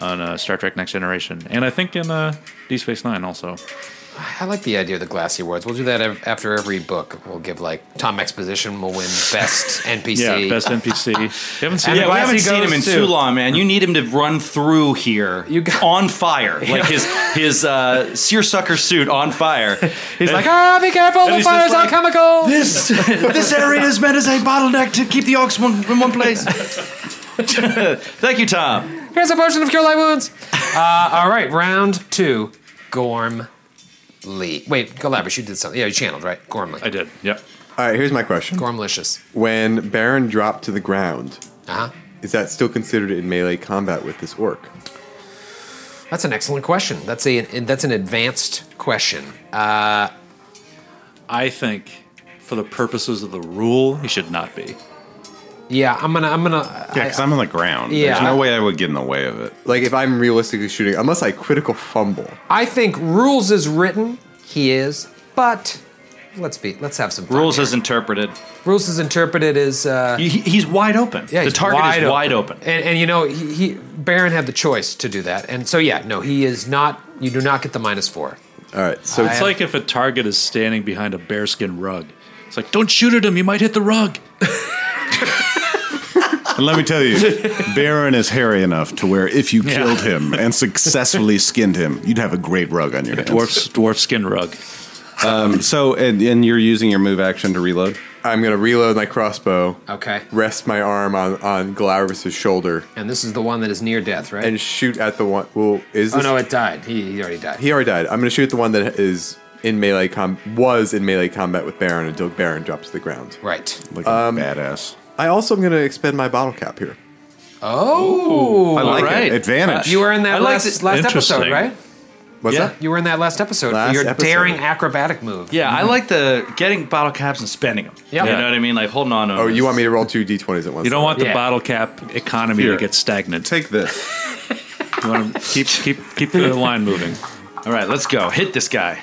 on uh, Star Trek Next Generation, and I think in uh, Deep Space Nine also.
I like the idea of the glassy awards. We'll do that ev- after every book. We'll give like Tom Exposition will win (laughs) best NPC.
Yeah, best
(laughs)
NPC. You haven't seen
And
it?
Yeah, we
Glassy
haven't seen
goes
him in
too.
too long, man. You need him to run through here
You got-
on fire, like his his uh, seersucker suit
(laughs)
on fire.
He's like, ah, be careful, the
he's just
fire's
like-
alchemical.
This this area is meant as a bottleneck to keep the orcs one, in one place. (laughs) Thank you, Tom.
Here's a potion of cure light wounds. (laughs) Uh, all right, round two. Gorm Lee. Wait, Galabras, you did something. Yeah, you channeled, right? Gormley.
I did. Yep.
All right, here's my question.
Gormlicious.
When Baron dropped to the ground,
Uh huh.
is that still considered in melee combat with this orc?
That's an excellent question. That's a that's an advanced question.
I think, for the purposes of the rule, he should not be.
Yeah, I'm gonna I'm gonna
Yeah, because I'm on the ground. There's
Yeah.
no way I would get in the way of it.
Like, if I'm realistically shooting, unless I critical fumble,
I think rules is written. He is, but let's be let's have some fun
Rules
here.
is interpreted.
rules is interpreted as uh,
He, he's wide open.
yeah,
the
he's
target is wide open.
and, and you know he, he Baron had the choice to do that, and so yeah, no, he is not. You do not get the minus four.
all right. So
It's like if a target is standing behind a bearskin rug. It's like, don't shoot at him, you might hit the rug.
And let me tell you,
(laughs)
Baron is hairy enough to where if you killed him and successfully skinned him, you'd have a great rug on your hands.
Dwarf, dwarf skin rug.
So, and, and you're using your move action to reload?
I'm gonna reload my crossbow,
Okay,
rest my arm on on Galavis's shoulder,
and this is the one that is near death, right?
and shoot at the one. Well, is
oh
this?
no, it died. He, he already died.
he already died. I'm gonna shoot at the one that is in melee com was in melee combat with Baron until Baron drops to the ground.
right.
Like a badass.
I also am gonna expend my bottle cap here.
Oh,
I like
right.
it. Advantage.
you were in that
I like
last
that-
last
Interesting.
episode, right?
What's
Yeah.
that?
You were in that last episode
Last
for your
episode.
daring acrobatic move.
Yeah, I like the getting bottle caps and spending them.
Mhm. Yeah.
you know what I mean. Like holding on.
Oh, you want me to roll two d20s at once?
You don't want the
Yeah.
bottle cap economy
Here.
to get stagnant.
Take this.
You want to keep, keep, keep the line moving.
All right, let's go. Hit this guy.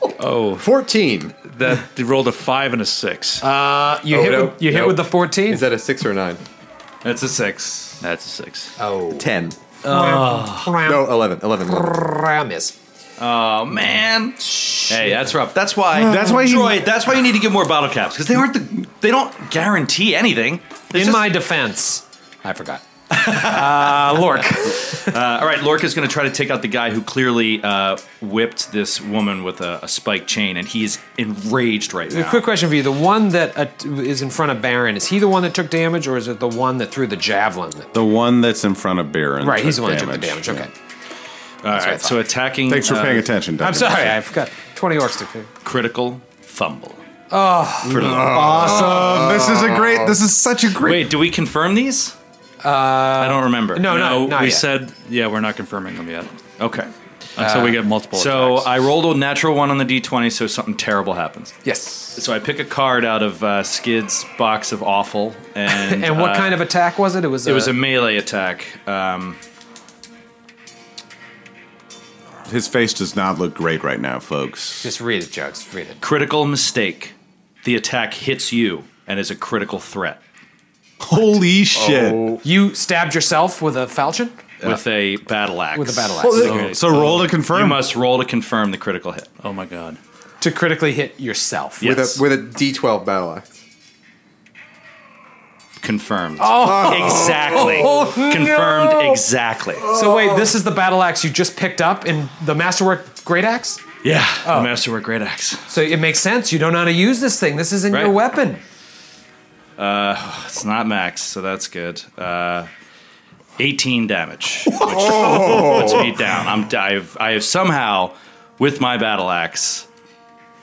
14.
That they rolled a five and a six.
Uh, you
Oh,
hit
no.
with, you hit
No.
with the fourteen.
Is that a six or a nine?
That's a six.
That's a six.
oh,
Ten. No, 11, 11, 11.
Promise.
Oh man. Hey, that's rough. That's why.
That's why he-
Troy. That's why you need to give more bottle caps because they aren't the. They don't guarantee anything.
In
It's just-
my defense, I forgot.
(laughs)
uh, Lork. uh, all right, Lork is going to try to take out the guy who clearly uh, whipped this woman with a, a spike chain, and he is enraged right now.
Quick question for you: The one that uh, is in front of Baron is he the one that took damage, or is it the one that threw the javelin? That,
The one that's in front of Baron.
right, he's the
took
one that took the damage. Okay,
All
what I
right,
thought.
so attacking.
Thanks for
uh,
paying attention. Dr.
I'm sorry, I forgot. Twenty orcs took damage.
Critical fumble.
Awesome. this is a great. This is such a great.
Wait, do we confirm these? Uh, I don't remember.
No, no,
No,
not
we
yet.
said yeah, we're not confirming them yet
Okay. Uh,
until we get multiple.
So
attacks.
I rolled a natural one on the d20, so something terrible happens.
Yes.
So I pick a card out of uh, Skid's box of awful, and
(laughs) And what
uh,
kind of attack was it? It was. uh,
It was a melee attack. Um,
His face does not look great right now, folks.
Just read it, Jugs. Read it.
critical mistake. The attack hits you and is a critical threat
Holy shit!
You stabbed yourself with a falchion.
with a battle axe.
With a battle axe. Well,
Okay,
So roll to confirm.
You must roll to confirm the critical hit.
oh my god,
to critically hit yourself.
Yes.
With a, with a D12 battle axe.
confirmed. Oh, (laughs) exactly. confirmed exactly.
So wait,
Oh.
this is the battle axe you just picked up in the masterwork great axe.
Yeah, the masterwork great axe.
So it makes sense. You don't know how to use this thing. This isn't your
Right.
weapon.
It's not max, so that's good. Uh, 18 damage, which puts me down. I'm I've, I have somehow, with my battle axe,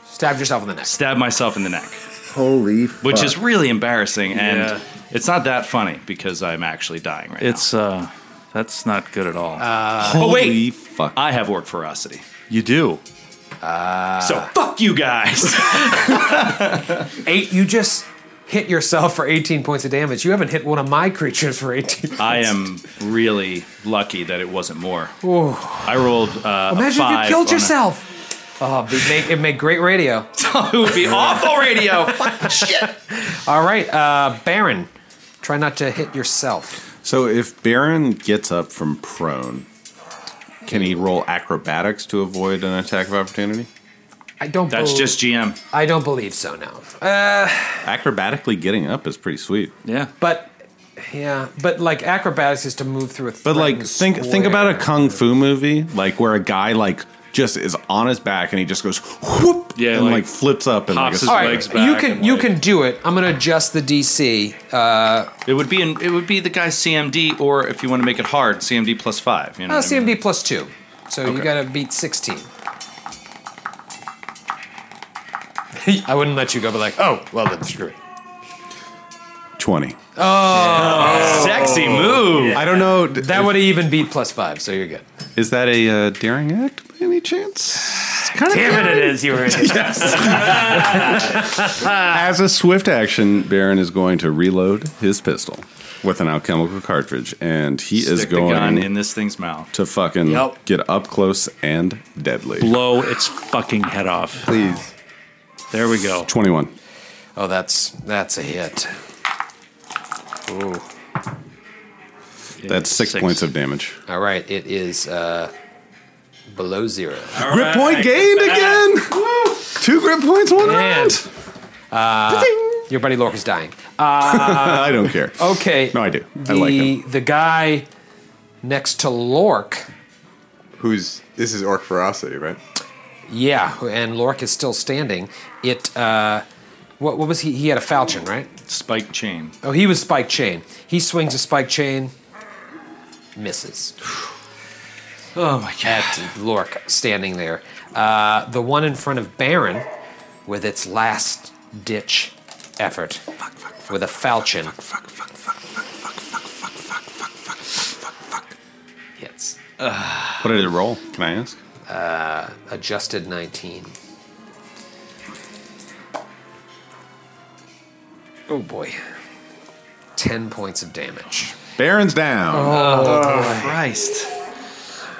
Stabbed yourself in the neck.
stabbed myself in the neck,
Holy fuck.
which is really embarrassing, and
Yeah.
it's not that funny because I'm actually dying right now.
it's uh, that's not good at all.
Oh
Holy
wait,
fuck!
I have orc ferocity.
you do.
So fuck you guys.
Eight. You just hit yourself for 18 points of damage. You haven't hit one of my creatures for 18. points.
I am really lucky that it wasn't more. I rolled uh, a
Imagine if you
five
killed
on a-
yourself. Oh, it'd make, it'd make great radio.
it would
(laughs)
be awful radio. Fuck.
All right, uh, Baron, try not to hit yourself.
So if Baron gets up from prone, can he roll acrobatics to avoid an attack of opportunity?
I don't.
(laughs) That's
bel-
just GM.
I don't believe so Uh, now.
Acrobatically getting up is pretty sweet.
Yeah,
But yeah, but like acrobatics is to move through a.
But like
threatened
think think about a
square.
kung fu movie, like where a guy like just is on his back and he just goes whoop
Yeah,
and like,
like,
flips up and like
pops
a
his
All
spike.
right,
legs back
you can
and,
you
like-
can do it. I'm gonna adjust the DC. Uh,
It would be in, it would be the guy's CMD, or if you want to make it hard, CMD plus five. You know,
uh,
what I mean?
CMD plus two, so you gotta beat 16. (laughs) I wouldn't let you go, but like, oh, well then, screw it.
twenty.
Sexy move.
I don't know. d-
That would even beat plus five, so you're good.
Is that a uh, daring act by any chance?
Damn it, it is. You were in it.
(laughs) As a swift action, Baron is going to reload his pistol with an alchemical cartridge, and he is
Stick the gun
going
in this thing's mouth.
to fucking
Yep.
get up close and
(laughs)
deadly.
blow its fucking head off.
Please.
There we go.
Twenty-one.
Oh, that's that's a hit.
That's six, points of damage.
All right, it is uh, below zero.
grip point gained again. Woo. Two grip points, one round.
And your buddy Lork is dying.
I don't care.
Okay.
No, I do. I
The,
like him.
The guy next to Lork,
Who's, this is Orc Ferocity, right?
yeah, who- and Lork is still standing. It, uh, what, what was he? He had a falchion, right?
Spike chain.
Oh, he was spike chain. He swings a spike chain, misses.
Oh my god.
At Lork standing there. Uh, the one in front of Baron, with its last ditch effort, with a falchion. Hits.
What did it roll? Can I ask?
adjusted 19. Oh boy. 10 points of damage.
Baron's down.
Christ.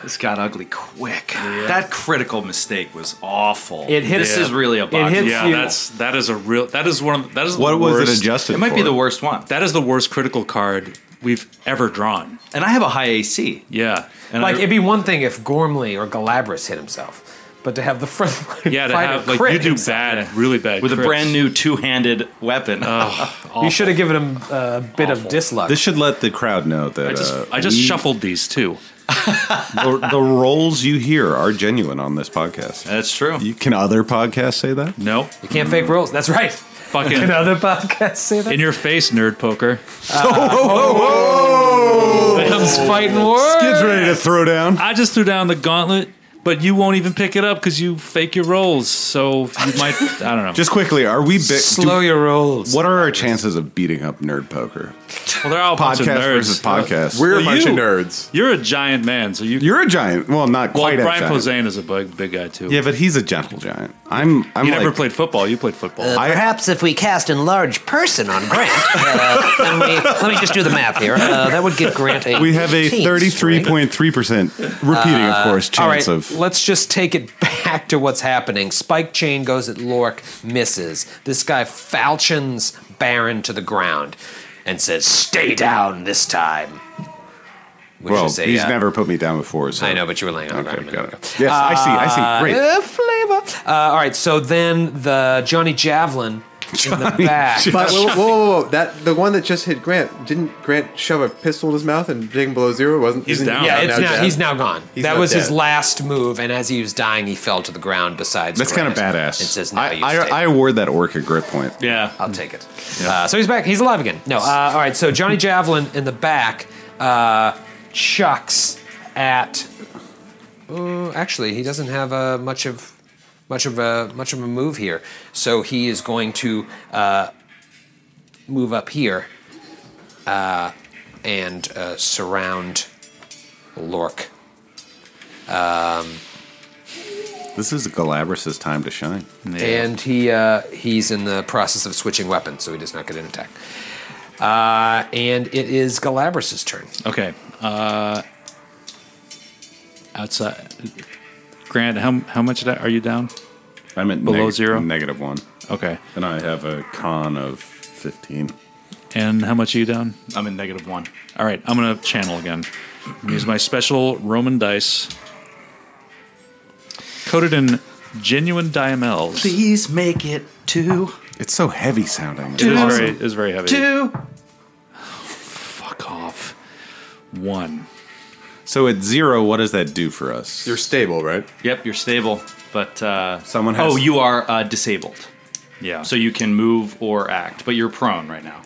This got ugly quick. That critical mistake was awful.
It hits-
This is really a
it
box.
hits-
Yeah,
you.
that's that is a real that is one of, that is
What
the
was
worst,
it adjusted?
It might be
for?
the worst one.
That is the worst critical card we've ever drawn.
And I have a high AC.
Yeah, and
Like
I-
it'd be one thing if Gormley or Galabras hit himself, but to have the front (laughs) line
yeah to
fighter
have like
crit
you do
himself.
bad, really bad
With
crits.
a brand new two-handed weapon.
Oh.
You should have given him uh, a bit of disluck.
This should let the crowd know that
I just
uh,
I just
we-
shuffled these two.
the, the roles you hear are genuine on this
(laughs)
podcast.
That's true.
You, can other podcasts say that?
No,
you can't fake rules. That's right.
fucking
(laughs) Can other podcasts say that?
in your face, nerd poker. (laughs)
Adam's fighting words.
Kids ready to throw down.
I just threw down the gauntlet, but you won't even pick it up because you fake your rolls. So you might I don't know.
(laughs) Just quickly, are we big?
Slow your rolls.
what are our chances of beating up nerd poker?
well, they're all a bunch of
Podcast
nerds. Uh,
versus podcast.
We're a
Well,
bunch
you-
of nerds.
You're a giant man, so you.
You're a giant. Well, not
well,
quite a
Brian
giant.
Posehn is a big, big guy too.
Yeah, but he's a gentle giant. I'm. I'm
you
like,
never played football. You played football.
Uh,
I-
perhaps if we cast enlarge person on Grant, uh, then we, let me just do the math here. Uh, that would give Grant a.
We have a
15th,
thirty-three
right?
point three percent repeating, of course,
Uh, All right,
chance of.
let's just take it (laughs) back to what's happening. Spike Chain goes at Lork, misses. This guy falchions Baron to the ground and says, "Stay down this time." Which
Well,
is a,
he's
uh,
never put me down before. So.
I know, but you were laying on the
Okay,
ground. a minute
got
ago.
it. Yes, I see. I see. Great.
Uh, flavor. Uh, all right, so then the Johnny Javelin in the back.
But whoa, whoa, whoa, whoa, that the one that just hit Grant didn't Grant shove a pistol in his mouth and dig him below zero? Wasn't
He's
isn't-
down.
yeah, it's now,
dead.
he's now gone.
He's
that
now
was his
dead.
last move, and as he was dying, he fell to the ground. Besides,
That's kind
Grant.
of badass.
It says, "Now
I,
you
I,
stay."
I award that orc a grit point.
yeah.
I'll take it. Uh, so he's back. He's alive again. No. Uh, all right. So Johnny Javelin in the back uh, chucks at. Uh, actually, he doesn't have uh, much of much of a much of a move here. So he is going to uh, move up here uh, and uh, surround Lork.
This is Galabras' time to shine.
and he uh, he's in the process of switching weapons, so he does not get an attack. Uh, and it is Galabras' turn.
Okay. Uh, outside, Grant, how how much da- are you down?
I'm at
Below zero?
negative one,
Okay,
and I have a con of fifteen.
and how much are you down?
I'm in negative one.
All right, I'm gonna channel again. I'm gonna Use my special Roman dice, coated in genuine diamels. It
Please make it two.
It's so heavy sounding.
is very, it is very heavy.
Two.
Fuck off. One.
So at zero, what does that do for us?
You're stable, right?
Yep, you're stable, but uh,
Someone has-
Oh, you are uh, disabled,
Yeah.
so you can move or act, but you're prone right now.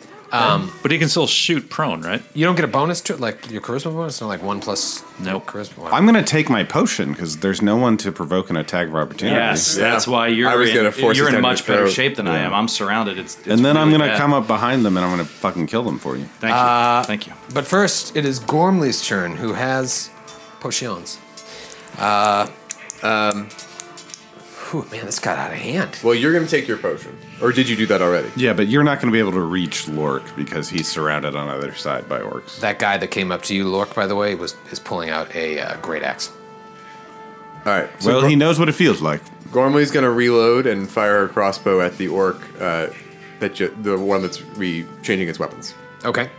but he can still shoot prone, right?
You don't get a bonus to it, like your charisma bonus, not like one plus
Nope.
charisma.
I'm gonna take my potion because there's no one to provoke an attack of opportunity.
Yes,
Yeah.
that's why you're.
I was
in,
gonna force
you're
it
in
down
much
your
better
throat.
shape than I
Yeah.
am. I'm surrounded. It's, it's
And then I'm
really
gonna
bad.
come up behind them and I'm gonna fucking kill them for you.
Thank you.
Uh,
Thank you.
But first, it is Gormley's turn, who has potions. Uh, um, whew, man, this got out of hand.
Well, you're gonna take your potion, or did you do that already?
Yeah, but you're not gonna be able to reach Lork because he's surrounded on either side by orcs.
That guy that came up to you, Lork, by the way, was is pulling out a uh, great axe.
All right. So
well, he knows what it feels like.
Gormley's gonna reload and fire a crossbow at the orc uh, that ju- the one that's re changing its weapons.
Okay.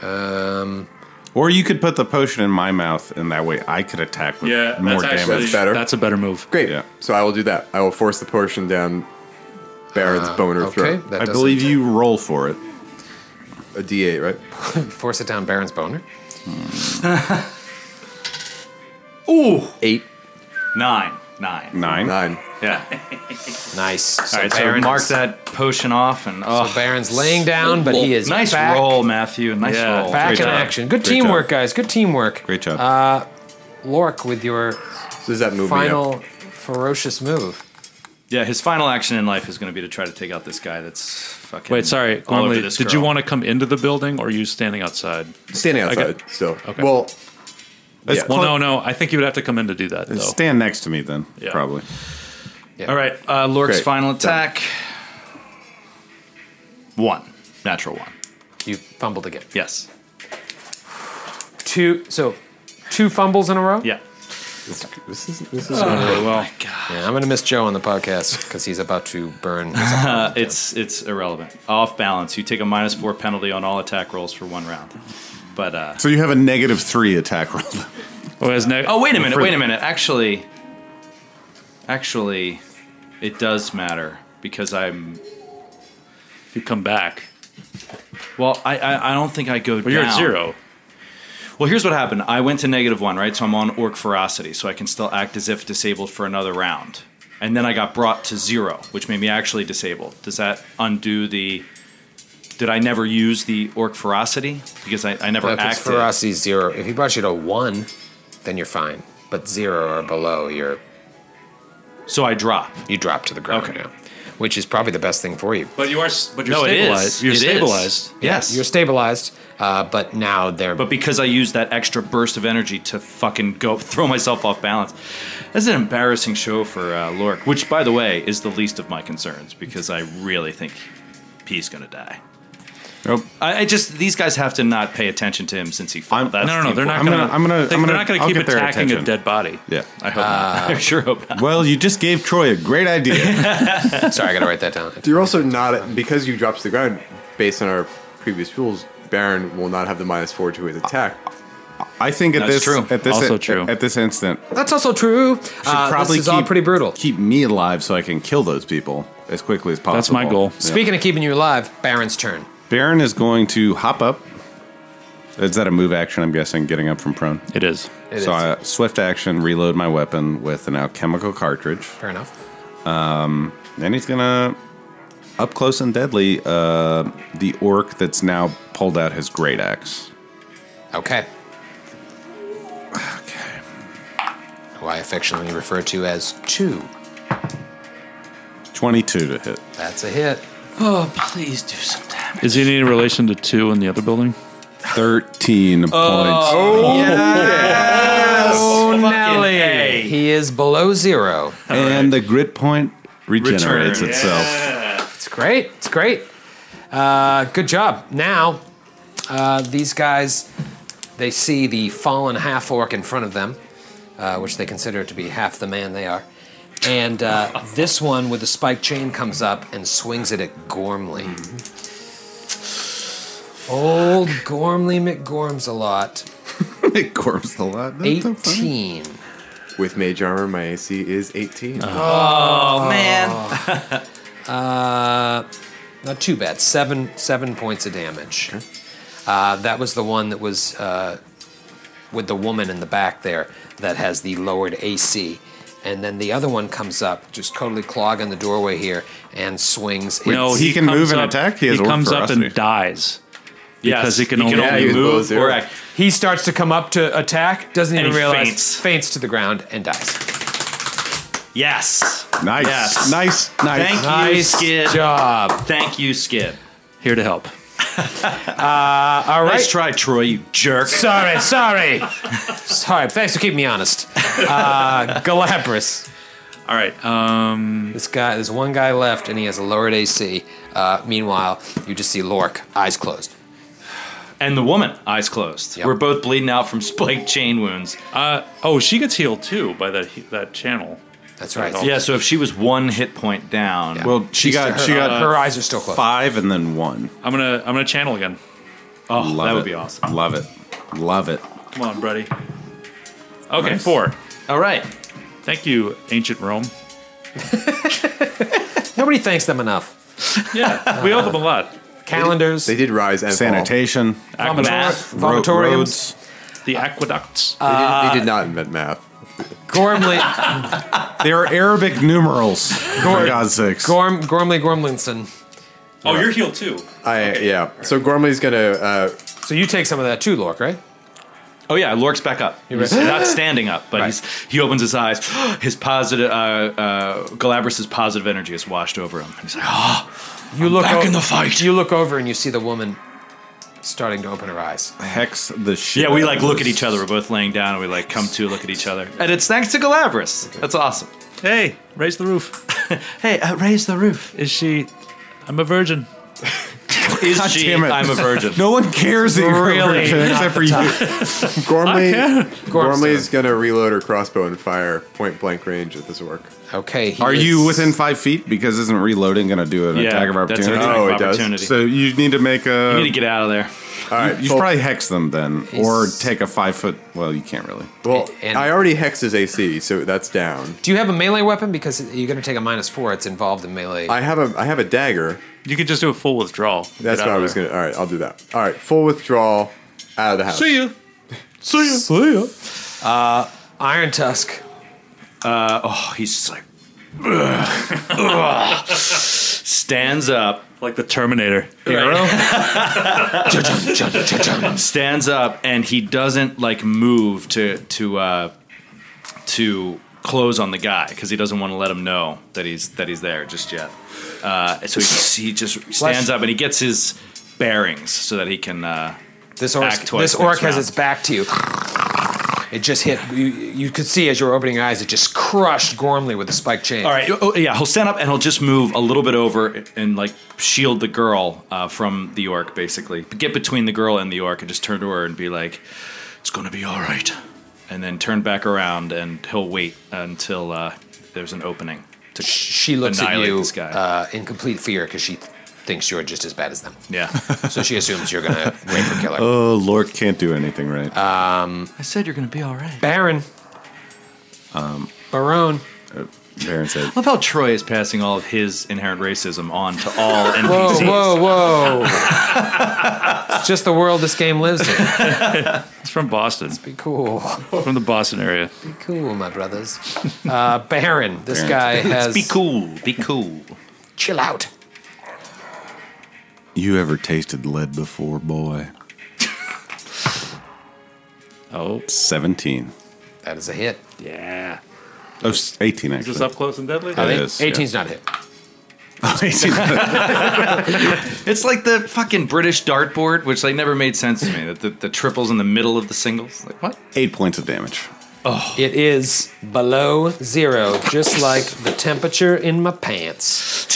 Um,
Or you could put the potion in my mouth, and that way I could attack with more damage.
That's better.
That's a better move.
Great.
Yeah.
So I will do that. I will force the potion down Baron's boner
okay,
throat.
that
I
doesn't-
believe you roll for it.
A D8, right?
force it down Baron's boner.
Ooh,
Eight,
nine, nine.
Nine.
nine.
Yeah.
Nice. So
All right, so mark that potion off, and oh,
So Baron's laying down, but he is
nice
back,
roll, Matthew. Nice
Yeah.
roll.
Back
Great
in
job.
action. Good
Great
teamwork,
job.
guys. Good teamwork.
Great job.
Lork with your
So does that move me
final
up?
ferocious move.
Yeah, his final action in life is going to be to try to take out this guy that's fucking.
Wait, sorry.
all over
Gormley,
this
did you
girl.
want to come into the building or are you standing outside?
Standing
I got-
outside still.
Okay.
Well,
Let's
Yeah.
Well,
clo-
no, no. I think you would have to come in to do that, though.
Stand next to me then,
Yeah.
probably.
All right, uh, Lork's
Great.
final attack. One natural one.
You fumbled again.
Yes.
Two. So, two fumbles in a row.
Yeah. Oh,
this is this is
Yeah, I'm gonna miss Joe on the podcast because he's about to (laughs) burn.
Uh, it's it's irrelevant. Off balance. You take a minus four penalty on all attack rolls for one round. But uh,
So you have a negative three attack roll. (laughs)
Oh, as ne-
oh, wait a minute,
for-
wait a minute. Actually, actually, it does matter because I'm.
If you come back,
Well, I I, I don't think I go
well, you're at
down.
zero.
Well, here's what happened. I went to negative one, right? So I'm on orc ferocity, so I can still act as if disabled for another round. And then I got brought to zero, which made me actually disabled. Does that undo the? Did I never use the orc ferocity because I, I never
Look, it's
acted?
ferocity zero. If he brought you to one, then you're fine. But zero or below, you're
So I drop.
you drop to the ground
Okay.
now, which is probably the best thing for you.
But you are. s- But you're
no,
stabilized.
it is.
You're
It is.
stabilized.
Yes.
You're stabilized, uh, but now they're
but because I used that extra burst of energy to fucking go (laughs) throw myself off balance, that's an embarrassing show for uh, Lork. Which, by the way, is the least of my concerns because I really think P's gonna die.
Nope.
I, I just these guys have to not pay attention to him since he. fell.
I'm-
That's
No, no, no.
the
They're not
I'm
gonna.
gonna- I'm gonna-
They,
I'm
are
gonna-
not gonna
I'll
keep
get their
attacking a
attention.
dead body.
Yeah.
I hope.
Uh,
not. (laughs) I sure hope not.
Well, you just gave Troy a
(laughs)
great idea.
sorry, I gotta write that (laughs) down.
You're also not because you dropped to the ground. Based on our previous rules, Baron will not have the minus four to his attack.
I think at
That's
this
true.
at this
Also
at,
true.
at this instant, should
That's also true. Uh, this is all pretty brutal.
Keep me alive so I can kill those people as quickly as possible.
That's my goal.
Yeah.
Speaking of keeping you alive, Baron's turn.
Baron is going to hop up. Is that a move action? I'm guessing getting up from prone.
It is.
It
so
is.
I swift action, reload my weapon with an alchemical cartridge.
Fair enough.
Then he's gonna up close and deadly uh, the orc that's now pulled out his great axe.
Okay. Who I affectionately refer to as two.
Twenty-two to hit.
That's a hit.
Oh, please do some damage.
Is he in any relation to two in the other building?
Thirteen points.
Oh, Nelly.
A.
He is below zero.
And the grit point regenerates
Return.
itself.
It's great. It's great. Uh, good job. Now, uh, these guys, they see the fallen half orc in front of them, uh, which they consider to be half the man they are. And uh, this one with the spiked chain comes up and swings it at Gormley. Old Gormley McGorms a
(laughs)
lot.
it corps a lot.
18.
With mage armor, my AC is 18.
Not too bad. Seven seven points of damage. Uh, that was the one that was uh, with the woman in the back there that has the lowered AC, and then the other one comes up, just totally clogging the doorway here, and swings.
no,
he
he,
can
comes
move and
up-
attack. He has orc
comes up
ferocity.
and dies. Because he can only-
Yeah, he was below
move
zero.
or act.
He starts to come up to attack, doesn't
And
even
he
realize
faints.
to the ground and dies.
Yes.
Nice.
Yes.
Nice. Nice.
Thank you,
Nice
Skid.
job.
Thank you, Skid. Uh,
Here
(laughs)
to help.
All right.
Nice try, Troy. You jerk.
sorry,
(laughs)
sorry, sorry. Thanks for keeping me honest. Uh, Galabras.
All right. Um,
This guy, there's one guy left, and he has a lowered AC. Uh, meanwhile, you just see Lork, eyes closed.
And the woman, eyes closed.
Yep.
We're both bleeding out from (laughs) spiked chain wounds.
uh, oh, she gets healed too by that that channel.
That's right.
Yeah, so if she was one hit point down,
Well, she
She's-
got
her,
she got
Uh,
her eyes are still closed.
five and then one.
I'm gonna I'm gonna channel again.
oh,
Love
that would
it.
be awesome.
Love it. Love it.
Come on, buddy. Okay, four.
All right.
Thank you, ancient Rome.
Nobody thanks them enough.
Yeah, we owe them a lot.
Calendars,
They did rise and fall.
Sanitation.
Aqueduct,
ro-
vomitoriums,
roads.
the aqueducts.
They, did, they did not invent math.
(laughs)
Gormley,
They are Arabic numerals. for God's sakes.
Gorm, Gormley, Gormlinson.
oh, you're healed too.
I yeah. So Gormley's gonna. Uh,
So you take some of that too, Lork, right?
Oh yeah, Lork's back up. He's not standing up, but he's he opens his eyes. (gasps) His positive, uh, uh, Galabras's positive energy is washed over him. He's like, oh,
You look
back
o-
in the fight.
You look over and you see the woman starting to open her eyes.
Hex the shit.
yeah. We like
out of
look at
this.
each other. We're both laying down, and we like come to look at each other. And it's thanks to Galabras. That's awesome.
Hey,
(laughs)
raise the roof.
Hey, uh, raise the roof.
Is she? I'm a virgin.
Is
God
she?
damn it.
I'm a virgin.
No one cares that you're
Really
a virgin
not
except for you.
Gormley,
Gormstone.
Gormley's gonna reload her crossbow and fire point blank range at this orc.
Okay. he
Are you
is-
within five feet? Because isn't reloading going to do an attack of
that's an
opportunity?
attack of
Oh, it does.
opportunity.
So you need to make a.
you need to get out of there.
All right,
You should
well-
probably hex them then, or
He's-
take a five foot. Well, you can't really.
Well,
And-
I already hexed his AC, so that's down.
Do you have a melee weapon? Because you're going to take a minus four. It's involved in melee.
I have a I have a dagger.
You could just do a full withdrawal.
That's what I was gonna. All right, I'll do that. All right, full withdrawal out of the house.
See you.
Iron Tusk.
Oh, he's just like ugh, ugh. stands up,
Like the Terminator.
(laughs) stands up, and he doesn't like move to to uh, to close on the guy because he doesn't want to let him know that he's that he's there just yet. Uh, so he, he just stands up and he gets his bearings so that he can. Uh,
This orc,
Back twice
this orc
next
has
round.
its back to you. It just hit. You, you could see as you were opening your eyes, it just crushed Gormley with the spike chain.
All right. Oh, yeah, he'll stand up and he'll just move a little bit over and like shield the girl uh, from the orc, basically. Get between the girl and the orc and just turn to her and be like, "It's gonna be all right." And then turn back around and he'll wait until uh, there's an opening. To
She looks at
annihilate
you
This guy.
Uh, in complete fear because she th- thinks you're just as bad as them. (laughs)
yeah.
So she assumes you're going
(laughs)
to rape or kill her.
Oh, Lork can't do anything right.
I said you're gonna be all right.
Baron. Um, Barone.
Baron said,
I love how Troy is passing all of his inherent racism on to all
Whoa,
NPCs.
whoa, whoa. (laughs) it's just the world this game lives in.
It's from Boston.
Be cool.
From the Boston area.
Be cool, my brothers. Uh, Baron. This guy has.
Be cool. Be cool.
Chill out.
"You ever tasted lead before, boy?"
Oh.
Seventeen.
That is a hit.
Yeah.
Oh, s- 18
Is
actually.
this up close and deadly?
It
Eight-
is, yeah.
18's not a hit.
It's like the fucking British dartboard, which like never made sense to me. That the, the triples in the middle of the singles. Like what?
(laughs) Eight points of damage.
It is below zero, just like the temperature in my pants.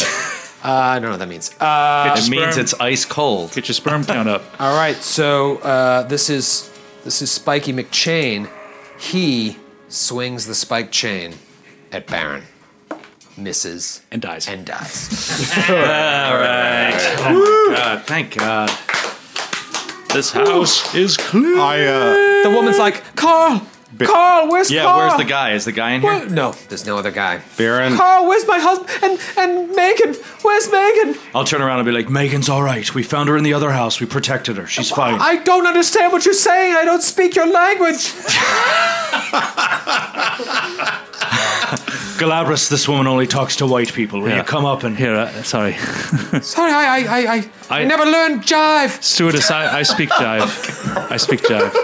Uh, I don't know what that means. Uh,
it means
sperm.
it's ice cold.
Get your sperm count up.
all right, so uh, this is this is Spiky McChain. He swings the spike chain at Baron, misses,
And dies.
and dies.
God, thank God.
this house is clear.
I uh,
The woman's like, Carl, Carl, where's
Yeah,
Carl?
where's the guy? Is the guy in here?
Where- No, there's no other guy.
Baron.
Carl, where's my husband? And and Megan, where's Megan?
I'll turn around and be like, Megan's all right. We found her in the other house. We protected her. She's fine.
I don't understand what you're saying. I don't speak your language.
Galabras, this woman only talks to white people. Will
Yeah.
you come up and
Here, uh, sorry.
Sorry, I, I, I, I, I
I-
never learned jive.
Stewardess, I, I speak jive. I speak jive.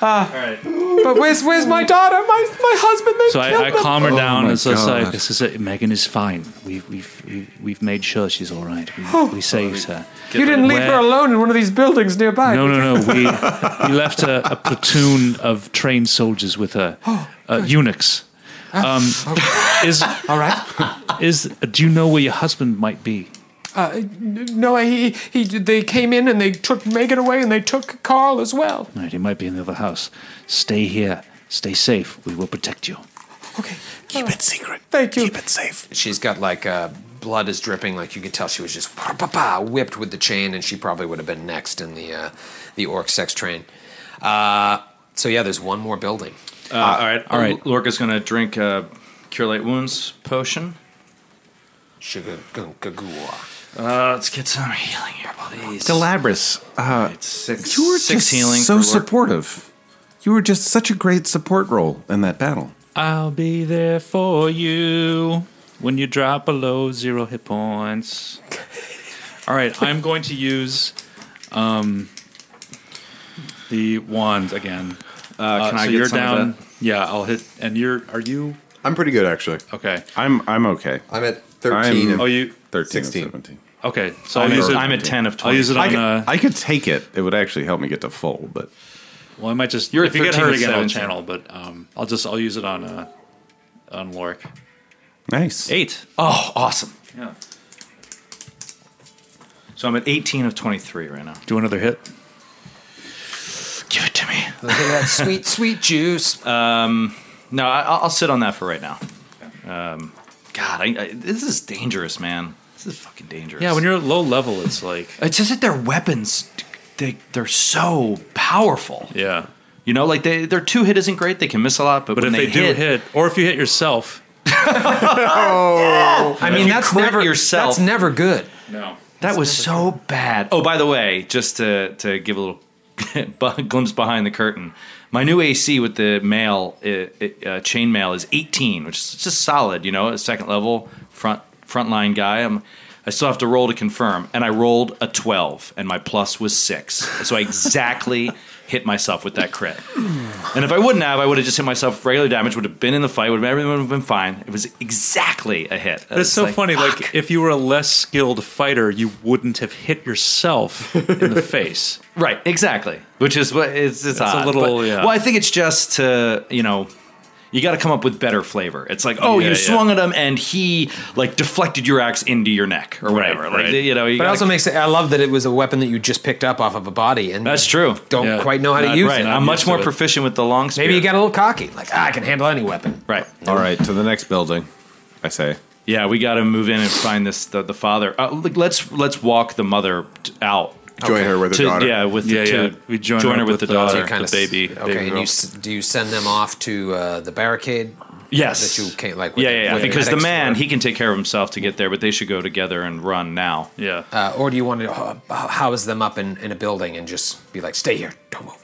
But where's, where's my daughter? My, my husband? They
So
killed
I, I
them.
calm her down
Oh my
and so it's like,
God.
this is it. Megan is fine. We, we've, we, we've made sure she's all right. We, we saved her.
You didn't leave
Where-
her alone in one of these buildings nearby.
No, no, no. We, (laughs) we left a, a platoon of trained soldiers with (gasps) her, uh, eunuchs. Um, is (laughs) all right? Is do you know where your husband might be?
Uh, no, he, he, they came in and they took Megan away and they took Carl as well.
Right, he might be in the other house. Stay here. Stay safe. We will protect you.
Okay. Keep it secret. Thank you. Keep it safe. She's got like uh, blood is dripping. Like you could tell she was just pa pa pa whipped with the chain, and she probably would have been next in the uh, the orc sex train. Uh, so yeah, there's one more building.
Uh, all right, all
right.
right. Lorca's gonna drink uh, cure light wounds potion.
Shugagagagua.
Uh, let's get some healing here, please.
Galabras, uh,
It's six.
you were
six
just
healing.
so
for Lorca.
supportive. You were just such a great support role in that battle.
I'll be there for you when you drop below zero hit (laughs) points. All right, I'm going to use um, the wand again.
Uh, can
Uh,
I
so
get
you're
some of
down.
that?
Yeah, I'll hit. And you're. Are you
I'm pretty good actually.
okay?
I'm I'm okay.
I'm at 13.
I'm-
Oh, you.
13
16.
of 17.
Okay, so
I'm
I'll
at-
use it.
I'm at 10 of
I'll use it
20.
on.
I could,
uh,
I could take it. It would actually help me get to full, but
well, I might just.
You're at
if you get
13
hurt
of
again, I'll
17.
channel. But um, I'll just. I'll use it on. Uh, on Lork.
nice.
Eight.
Oh, awesome.
Yeah.
So I'm at 18 of 23 right now.
Do another hit?
Give it to me.
Look at that sweet, sweet juice.
No, I, I'll I'll sit on that for right now. Um, God, I, I, this is dangerous, man. This is fucking dangerous.
Yeah, when you're at low level, it's like
it's just that their weapons, they they're so powerful.
yeah.
You know, like they their two hit isn't great. They can miss a lot, but,
But
when
if they,
they,
do hit,
hit,
or if you hit yourself,
I mean,
you
that's
crit
never
yourself-
That's never good.
no.
that was so bad. Oh, by the way, just to to give a little (laughs) bu- glimpse behind the curtain, my new AC with the mail uh, uh, chain mail is 18, which is just solid. You know, a second level front frontline guy. I'm. I still have to roll to confirm, and I rolled a 12, and my plus was six, so I exactly (laughs) hit myself with that crit. And if I wouldn't have, I would have just hit myself. Regular damage would have been in the fight. Would have everything would have been fine. It was exactly a hit.
But it's so funny. Like if you were a less skilled fighter, you wouldn't have hit yourself in the face.
Right, exactly. Which is what it's, it's,
a
odd,
little,
but-
yeah.
Well, I think it's just to you know, you got to come up with better flavor. It's like, oh,
Yeah,
you
yeah.
swung at him and he like deflected your axe into your neck or whatever. like
right.
you know, you
But it
gotta-
also makes it. I love that it was a weapon that you just picked up off of a body, and
that's true.
Don't
Yeah.
quite know how to
Not
use
right,
it.
I'm
used
much
to
more
it.
proficient with the long spear.
Maybe you got a little cocky, like ah, I can handle any weapon.
right.
All right, to the next building. I say.
Yeah, we got to move in and find this the, the father. Uh, like, let's let's walk the mother t- out.
Join her with her
to,
daughter.
Yeah, with
Yeah,
the, to
yeah. We join her up
with,
with
the
the-
daughter,
you
the,
kinda
s-
baby.
Okay,
baby
and
girl.
you s- do you send them off to uh, the barricade?
Yes.
that you can't, like, with-
yeah, yeah, yeah.
with
because the
medics
man,
or-
he can take care of himself to get there, but they should go together and run now.
Yeah.
Uh, or do you want to uh, house them up in, in a building and just be like, stay here, don't move?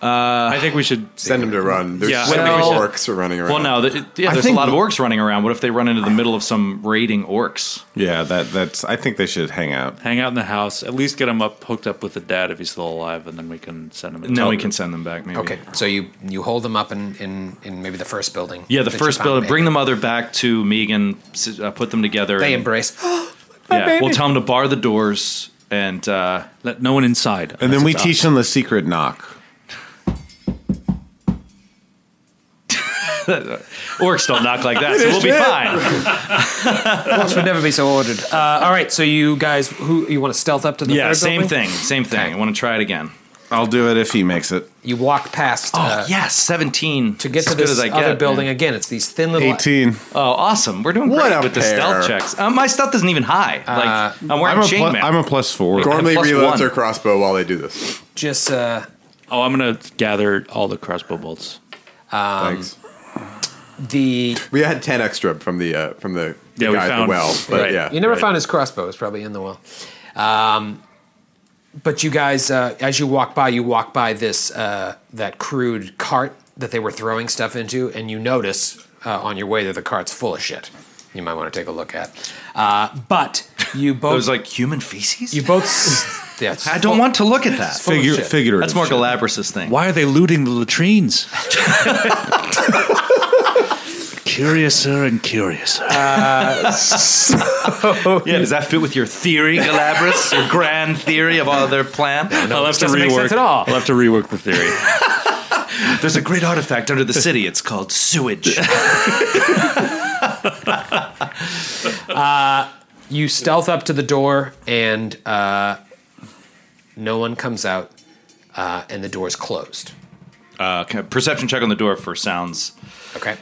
I think we should.
Send them to run. There's
Yeah,
so many
well-
orcs running around.
Well, no, th- yeah,
I
there's
think-
a lot of orcs running around. What if they run into the middle of some raiding orcs?
Yeah, that that's. I think they should hang out.
Hang out in the house. At least get him up, hooked up with the dad if he's still alive, and then we can send him. and
No,
tell
we
him.
can send them back. Maybe.
Okay, so you you hold them up in, in, in maybe the first building.
Yeah, the
that you
first
found,
build.
maybe.
Bring the mother back to Megan. s- Uh, put them together.
They
and-
embrace. (gasps)
Yeah, we'll tell them to bar the doors and uh,
Let no one inside.
And then we teach them the secret knock.
orcs don't knock like that, so we'll
(laughs)
be fine.
Orcs would never be so ordered. Uh, all right, so you guys, who you want to stealth up to the
Yeah,
third
same
building?
thing. Same thing. I want to try it again.
I'll do it if he makes it.
You walk past.
Oh
uh,
yes, seventeen.
To get
It's
to
as good
this
as I
other
get.
building again, it's these thin little.
Eighteen.
Oh, awesome! We're doing
What
great
a
with the
pair.
stealth checks. Um, my stealth isn't even high.
Uh,
Like I'm wearing
I'm a, plu-
chainmail.
I'm a plus four.
Gormley
plus
reloads
one.
her crossbow while they do this.
Just uh,
Oh, I'm gonna gather all the crossbow bolts. Um,
Thanks.
the
We had ten extra from the uh, from the, the
Yeah, we
guy at
found-
the well, but
right.
yeah,
You never
Right.
found his crossbow. It's probably in the well. Um, but you guys, uh, as you walk by, you walk by this uh, that crude cart that they were throwing stuff into, and you notice uh, on your way that the cart's full of shit. You might want to take a look at. Uh, but you both,
it was like human feces.
you both, (laughs) s- yeah,
I don't want to look at that.
full of
Figure,
shit.
figurative.
That's more
Oh, shit.
Galabras' thing.
Why are they looting
(laughs)
the latrines? curiouser and curiouser.
Uh,
(laughs) Yeah, does that fit with your theory, Galabras? your grand theory of all their plan?
I'll have to
doesn't make sense at all.
I'll have to rework the theory.
There's a great artifact under the city. It's called (laughs) sewage. Uh,
You stealth up to the door, and uh, no one comes out, uh, and the door's closed.
Uh, okay, perception check on the door for sounds.
Okay.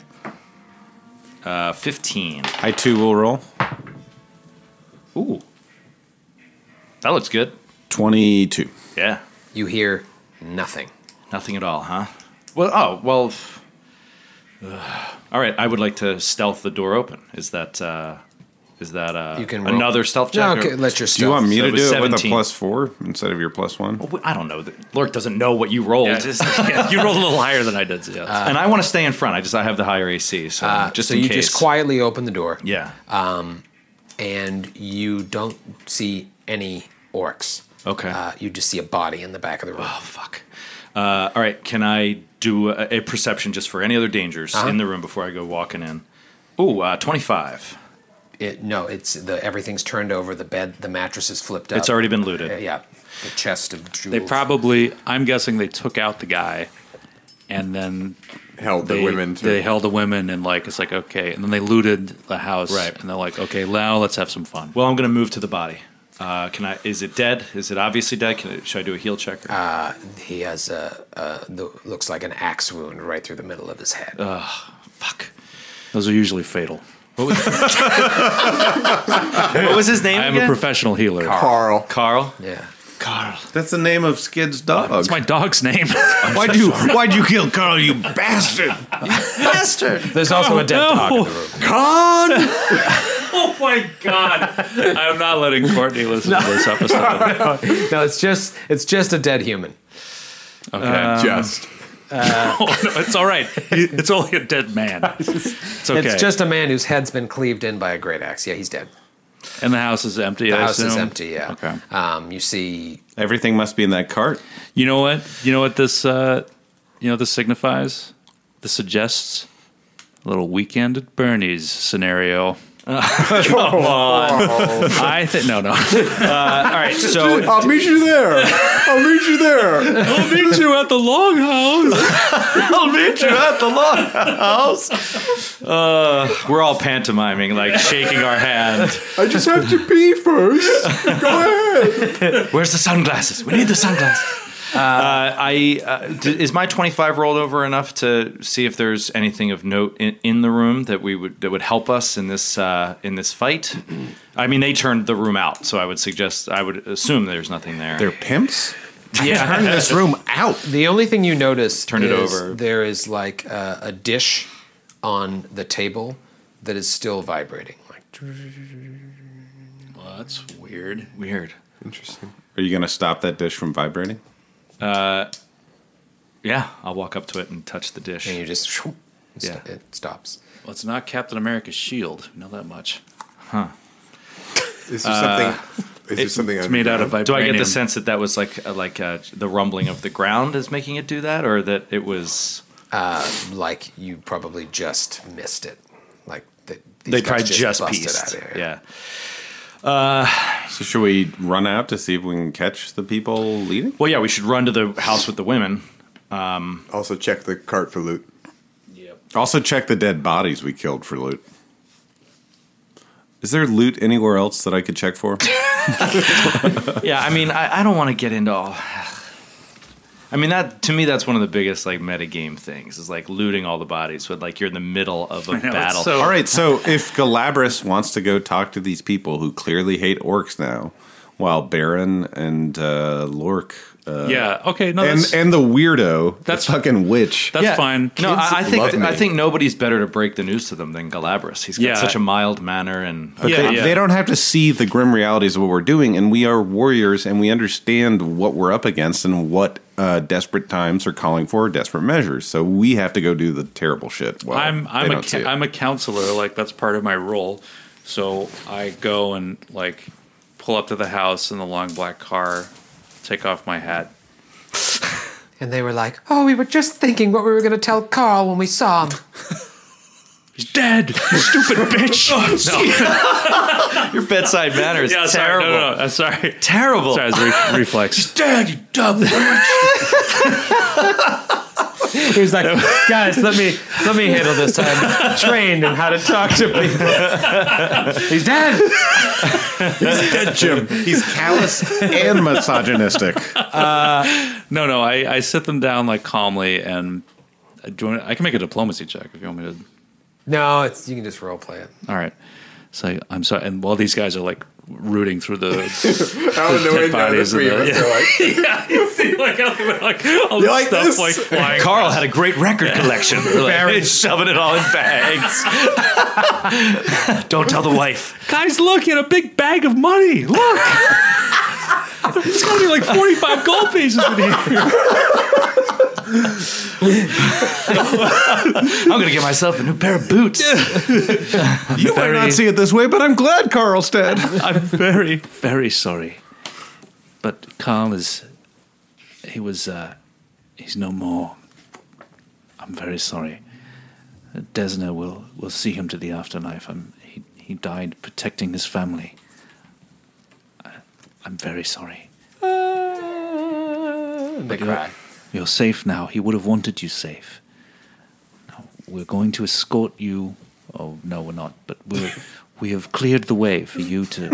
Uh, 15.
I too will roll.
Ooh. That looks good.
Twenty-two.
Yeah.
You hear nothing.
Nothing at all, huh? Well, oh, well. f- Ugh. all right, I would like to stealth the door open. Is that, uh, is that, uh,
You can roll.
another stealth
No,
check? or-
okay, let your
Do you
stealth.
want me
So it
to
was
do it with a
17.
plus four instead of your plus one?
I don't know. Lurk doesn't know what you rolled.
Yeah, just- (laughs) yeah, you rolled a little higher than I did. so Yeah, that's-
and I want to stay in front. I just I have the higher AC, so just
Uh, so
in
you
case.
just uh, quietly open the door
yeah.
and you don't see any orcs
okay.
uh, you just see a body in the back of the room
oh fuck. Uh, all right. Can I do a, a perception just for any other dangers
Uh-huh.
in the room before I go walking in? Ooh, uh, twenty five.
it, no it's the everything's turned over the bed the mattress is flipped up
It's already been looted.
Uh, yeah the chest of jewels
they probably. I'm guessing they took out the guy, and then
held
they,
the women. To,
they held the women, and like it's like okay, and then they looted the house,
Right.
And they're like, okay, now let's have some fun.
Well, I'm gonna move to the body. Uh, can I? Is it dead? Is it obviously dead? Can I, should I do a heal check? Or,
Uh, He has a, a the, looks like an axe wound right through the middle of his head.
fuck.
Those are usually fatal. (laughs)
What was his name?
I am
again?
a professional healer.
Carl.
Carl.
yeah.
Carl.
That's the name of Skid's dog.
That's my dog's name.
why'd you why'd you kill Carl, you bastard?
There's also a dead dog in the room.
(laughs) oh my god! I'm not letting Courtney listen to this episode.
No, it's just it's just a dead human.
Okay.
Just.
oh, no, it's all right. It's only a
(laughs)
dead man. It's okay.
It's just a man whose head's been cleaved in by a great axe. Yeah, he's dead.
and the house is empty.
The
I
house is
assume?
empty. Yeah.
Okay.
Um, you see,
Everything must be in that cart.
You know what? You know what this? Uh, you know what this signifies. This suggests a little weekend at
(laughs)
Bernie's scenario. Come on. I think no, (laughs) Uh, no.
All right. So
I'll meet you there. I'll meet you there.
I'll meet you at the longhouse. (laughs)
I'll meet you at the log house. Uh, we're all pantomiming, like shaking our hand.
I just have to pee first. Go ahead.
Where's the sunglasses? We need the sunglasses. Uh, I uh, d- is my twenty five rolled over enough to see if there's anything of note in, in the room that we would that would help us in this uh, in this fight. I mean, they turned the room out, so I would suggest I would assume there's nothing there.
They're pimps?
yeah,
This room out.
the only thing you notice
Turn it
is
over.
There is like a, a dish on the table that is still vibrating. Like,
Well, that's weird.
weird.
Interesting.
Are you gonna stop that dish from vibrating?
Yeah, I'll walk up to it and touch the dish.
and you just shoo, it sto-
Yeah.
it stops.
Well, it's not Captain America's shield. We know that much.
Is there something? Is there something?
Uh, It's
I'm-
made out of vibranium.
Do I get the sense that that was like uh, like uh, the rumbling of the ground is making it do that, or that it was
Like you probably just missed it. Like th- these
they
guys
probably just,
busted
pieced?
out of here.
yeah.
So should we run out to see if we can catch the people leaving?
Well, yeah, we should run to the house with the women.
Also check the cart for
(laughs)
loot.
Also check the dead bodies we killed for loot. Is there loot anywhere else that I could check
(laughs)
for?
Yeah, I mean, I, I don't want to get into all. I mean, that to me, that's one of the biggest like metagame things is like looting all the bodies, but like you're in the middle
(laughs)
of a
it's
battle.
so-
All right, so if Galabras wants to go talk to these people who clearly hate orcs now, while Baron and uh, Lork uh,
Yeah. Okay. No.
and
That's,
and the weirdo,
That's-
that's fucking witch.
that's fine.
No, I, I
love
think
me.
I think nobody's better to break the news to them than Galabras. He's got
Yeah.
such a mild manner and
Yeah, yeah.
They don't have to see the grim realities of what we're doing, and we are warriors, and we understand what we're up against and what uh, desperate times are calling for, desperate measures. So we have to go do the terrible shit. Well,
I'm
they
I'm a
don't see
ca-
it.
I'm a counselor. Like that's part of my role. So I go and like pull up to the house in the long black car, take off my hat.
And they were like, "Oh, we were just thinking what we were going to tell Carl when we saw
(laughs)
him."
He's dead. you (laughs) Stupid bitch.
your bedside manner is
yeah. Sorry.
terrible.
No, no, no. I'm sorry.
Terrible.
Sorry. It's
(laughs)
re- reflex.
Dad, you dumb. (laughs)
He was like,
(laughs)
"Guys, let me let me handle this. I'm trained in (laughs) how to talk to people." He's dead.
Jim, he's callous
(laughs)
and misogynistic.
No, no. I, I sit them down like calmly and I, do you wanna- I can make a diplomacy check if you want me to.
No, it's you can just role play it.
All right. So I'm sorry. And while these guys are like rooting through the,
Out in the
dead
window, the
bodies in
three of
the-
us are
(laughs)
like,
like, like all
You
the
like
stuff
this?
like flying.
Carl had a great record
(laughs)
collection. Like, shoving it all in bags. (laughs) Don't tell the wife.
Guys, look, he had a big bag of money. Look. It's gonna be like 45 gold pieces in here.
I'm gonna get myself a new pair of
(laughs)
boots.
You might not see it this way, but I'm glad Carl's dead.
(laughs) I'm very, very sorry. But Carl is. He was. Uh, he's no more. I'm very sorry. Desna will, will see him to the afterlife. I'm, he, he died protecting his family. I, I'm very sorry.
They cry.
You're safe now. He would have wanted you safe. Now, we're going
(laughs)
to escort you. Oh, no, we're not. But we're, we have cleared the way for you to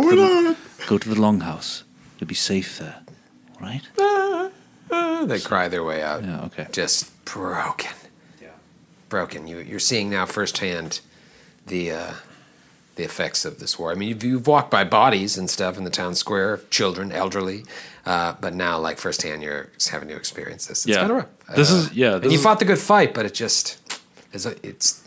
No,
to
we're
the,
not.
go to the longhouse. You'll be safe there. All right?
They cry their way out.
Yeah, okay.
Just broken. Broken. You, you're seeing now firsthand the uh, the effects of this war. I mean, you've, you've walked by bodies and stuff in the town square, children, elderly, uh, but now, like firsthand, you're having to experience this. It's
Yeah.
kind of rough.
This
Uh,
is- yeah,
and
this
you
is-
fought the good fight, but it just it's a, it's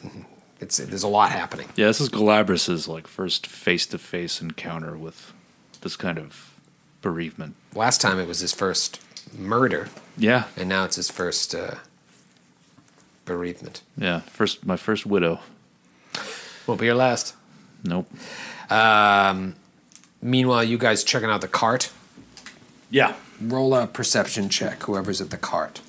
it's there's a lot happening.
Yeah, this is Galabras's like first face to face encounter with this kind of bereavement.
Last time it was his first murder,
Yeah.
and now it's his first uh, bereavement.
Yeah. First my first widow.
Won't be your last.
Nope.
Meanwhile, you guys checking out the cart.
Yeah.
Roll a perception check, whoever's at the cart.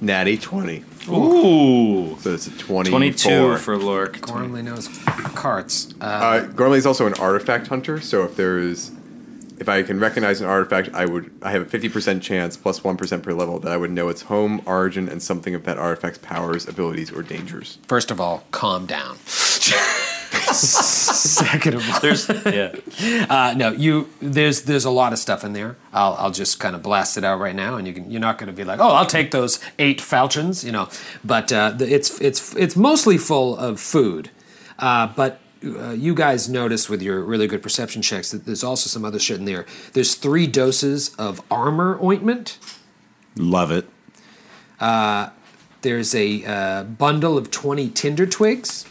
Natty 20.
(laughs) Ooh.
So it's a 20
22 for Lork.
Gormley knows carts. Uh,
Uh, Gormley is also an artifact hunter, so if there is, if I can recognize an artifact, I would. I have a fifty percent chance, plus one percent per level, that I would know its home, origin, and something of that artifact's powers, abilities, or dangers.
first of all, calm down. Second of all,
There's, yeah.
uh, no, you there's there's a lot of stuff in there. I'll, I'll just kind of blast it out right now, and you can you're not going to be like, oh, I'll take those eight falchions, you know. But uh, the, it's it's it's mostly full of food, uh, but. Uh, you guys notice with your really good perception checks that there's also some other shit in there. There's three doses of armor ointment.
Love it.
There's a uh, bundle of 20 tinder twigs,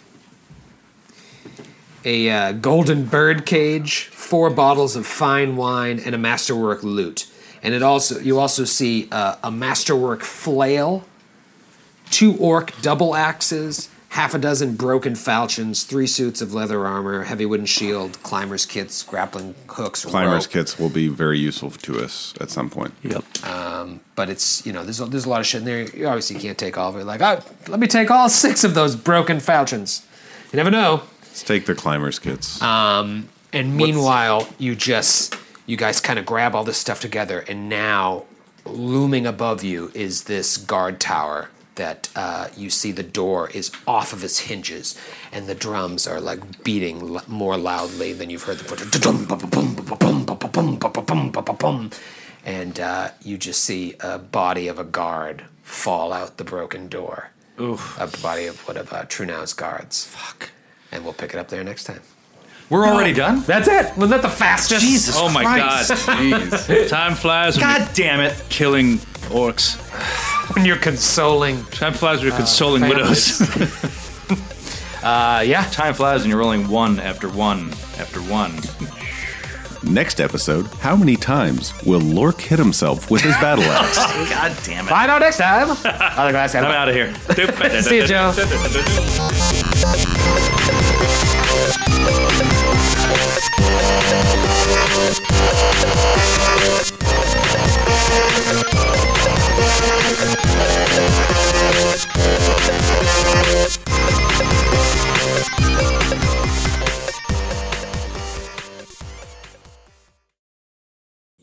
a uh, golden bird cage, four bottles of fine wine, and a masterwork lute. And it also you also see uh, a masterwork flail, two orc double axes, half a dozen broken falchions, three suits of leather armor, heavy wooden shield, climbers kits, grappling hooks,
Climbers
rope.
kits will be very useful to us at some point.
Yep.
but it's you know there's a, there's a lot of shit in there. You obviously can't take all of it. Like, oh, let me take all six of those broken falchions. You never know.
Let's take the climbers kits.
And meanwhile, you just you guys kind of grab all this stuff together, and now looming above you is this guard tower that uh, you see the door is off of its hinges, and the drums are like beating l- more loudly than you've heard them. before. Da-dum, ba-ba-bum, ba-ba-bum, ba-ba-bum, ba-ba-bum, ba-ba-bum. And uh, you just see a body of a guard fall out the broken door. A body of one of uh, Trunau's guards. Fuck. And we'll pick it up there next time.
We're already done?
That's it. Wasn't that the fastest?
Jesus
Oh my god. Jeez. Time flies when
God damn it.
you're killing orcs.
When you're consoling.
Time flies when you're consoling
families.
(laughs)
widows.
Uh, yeah.
Time flies and you're rolling one after one after one.
Next episode, how many times will Lork hit himself with his battle axe?
God damn
(laughs)
it.
Find out next time. Other glass
I'm out of here.
(laughs) See you, Joe.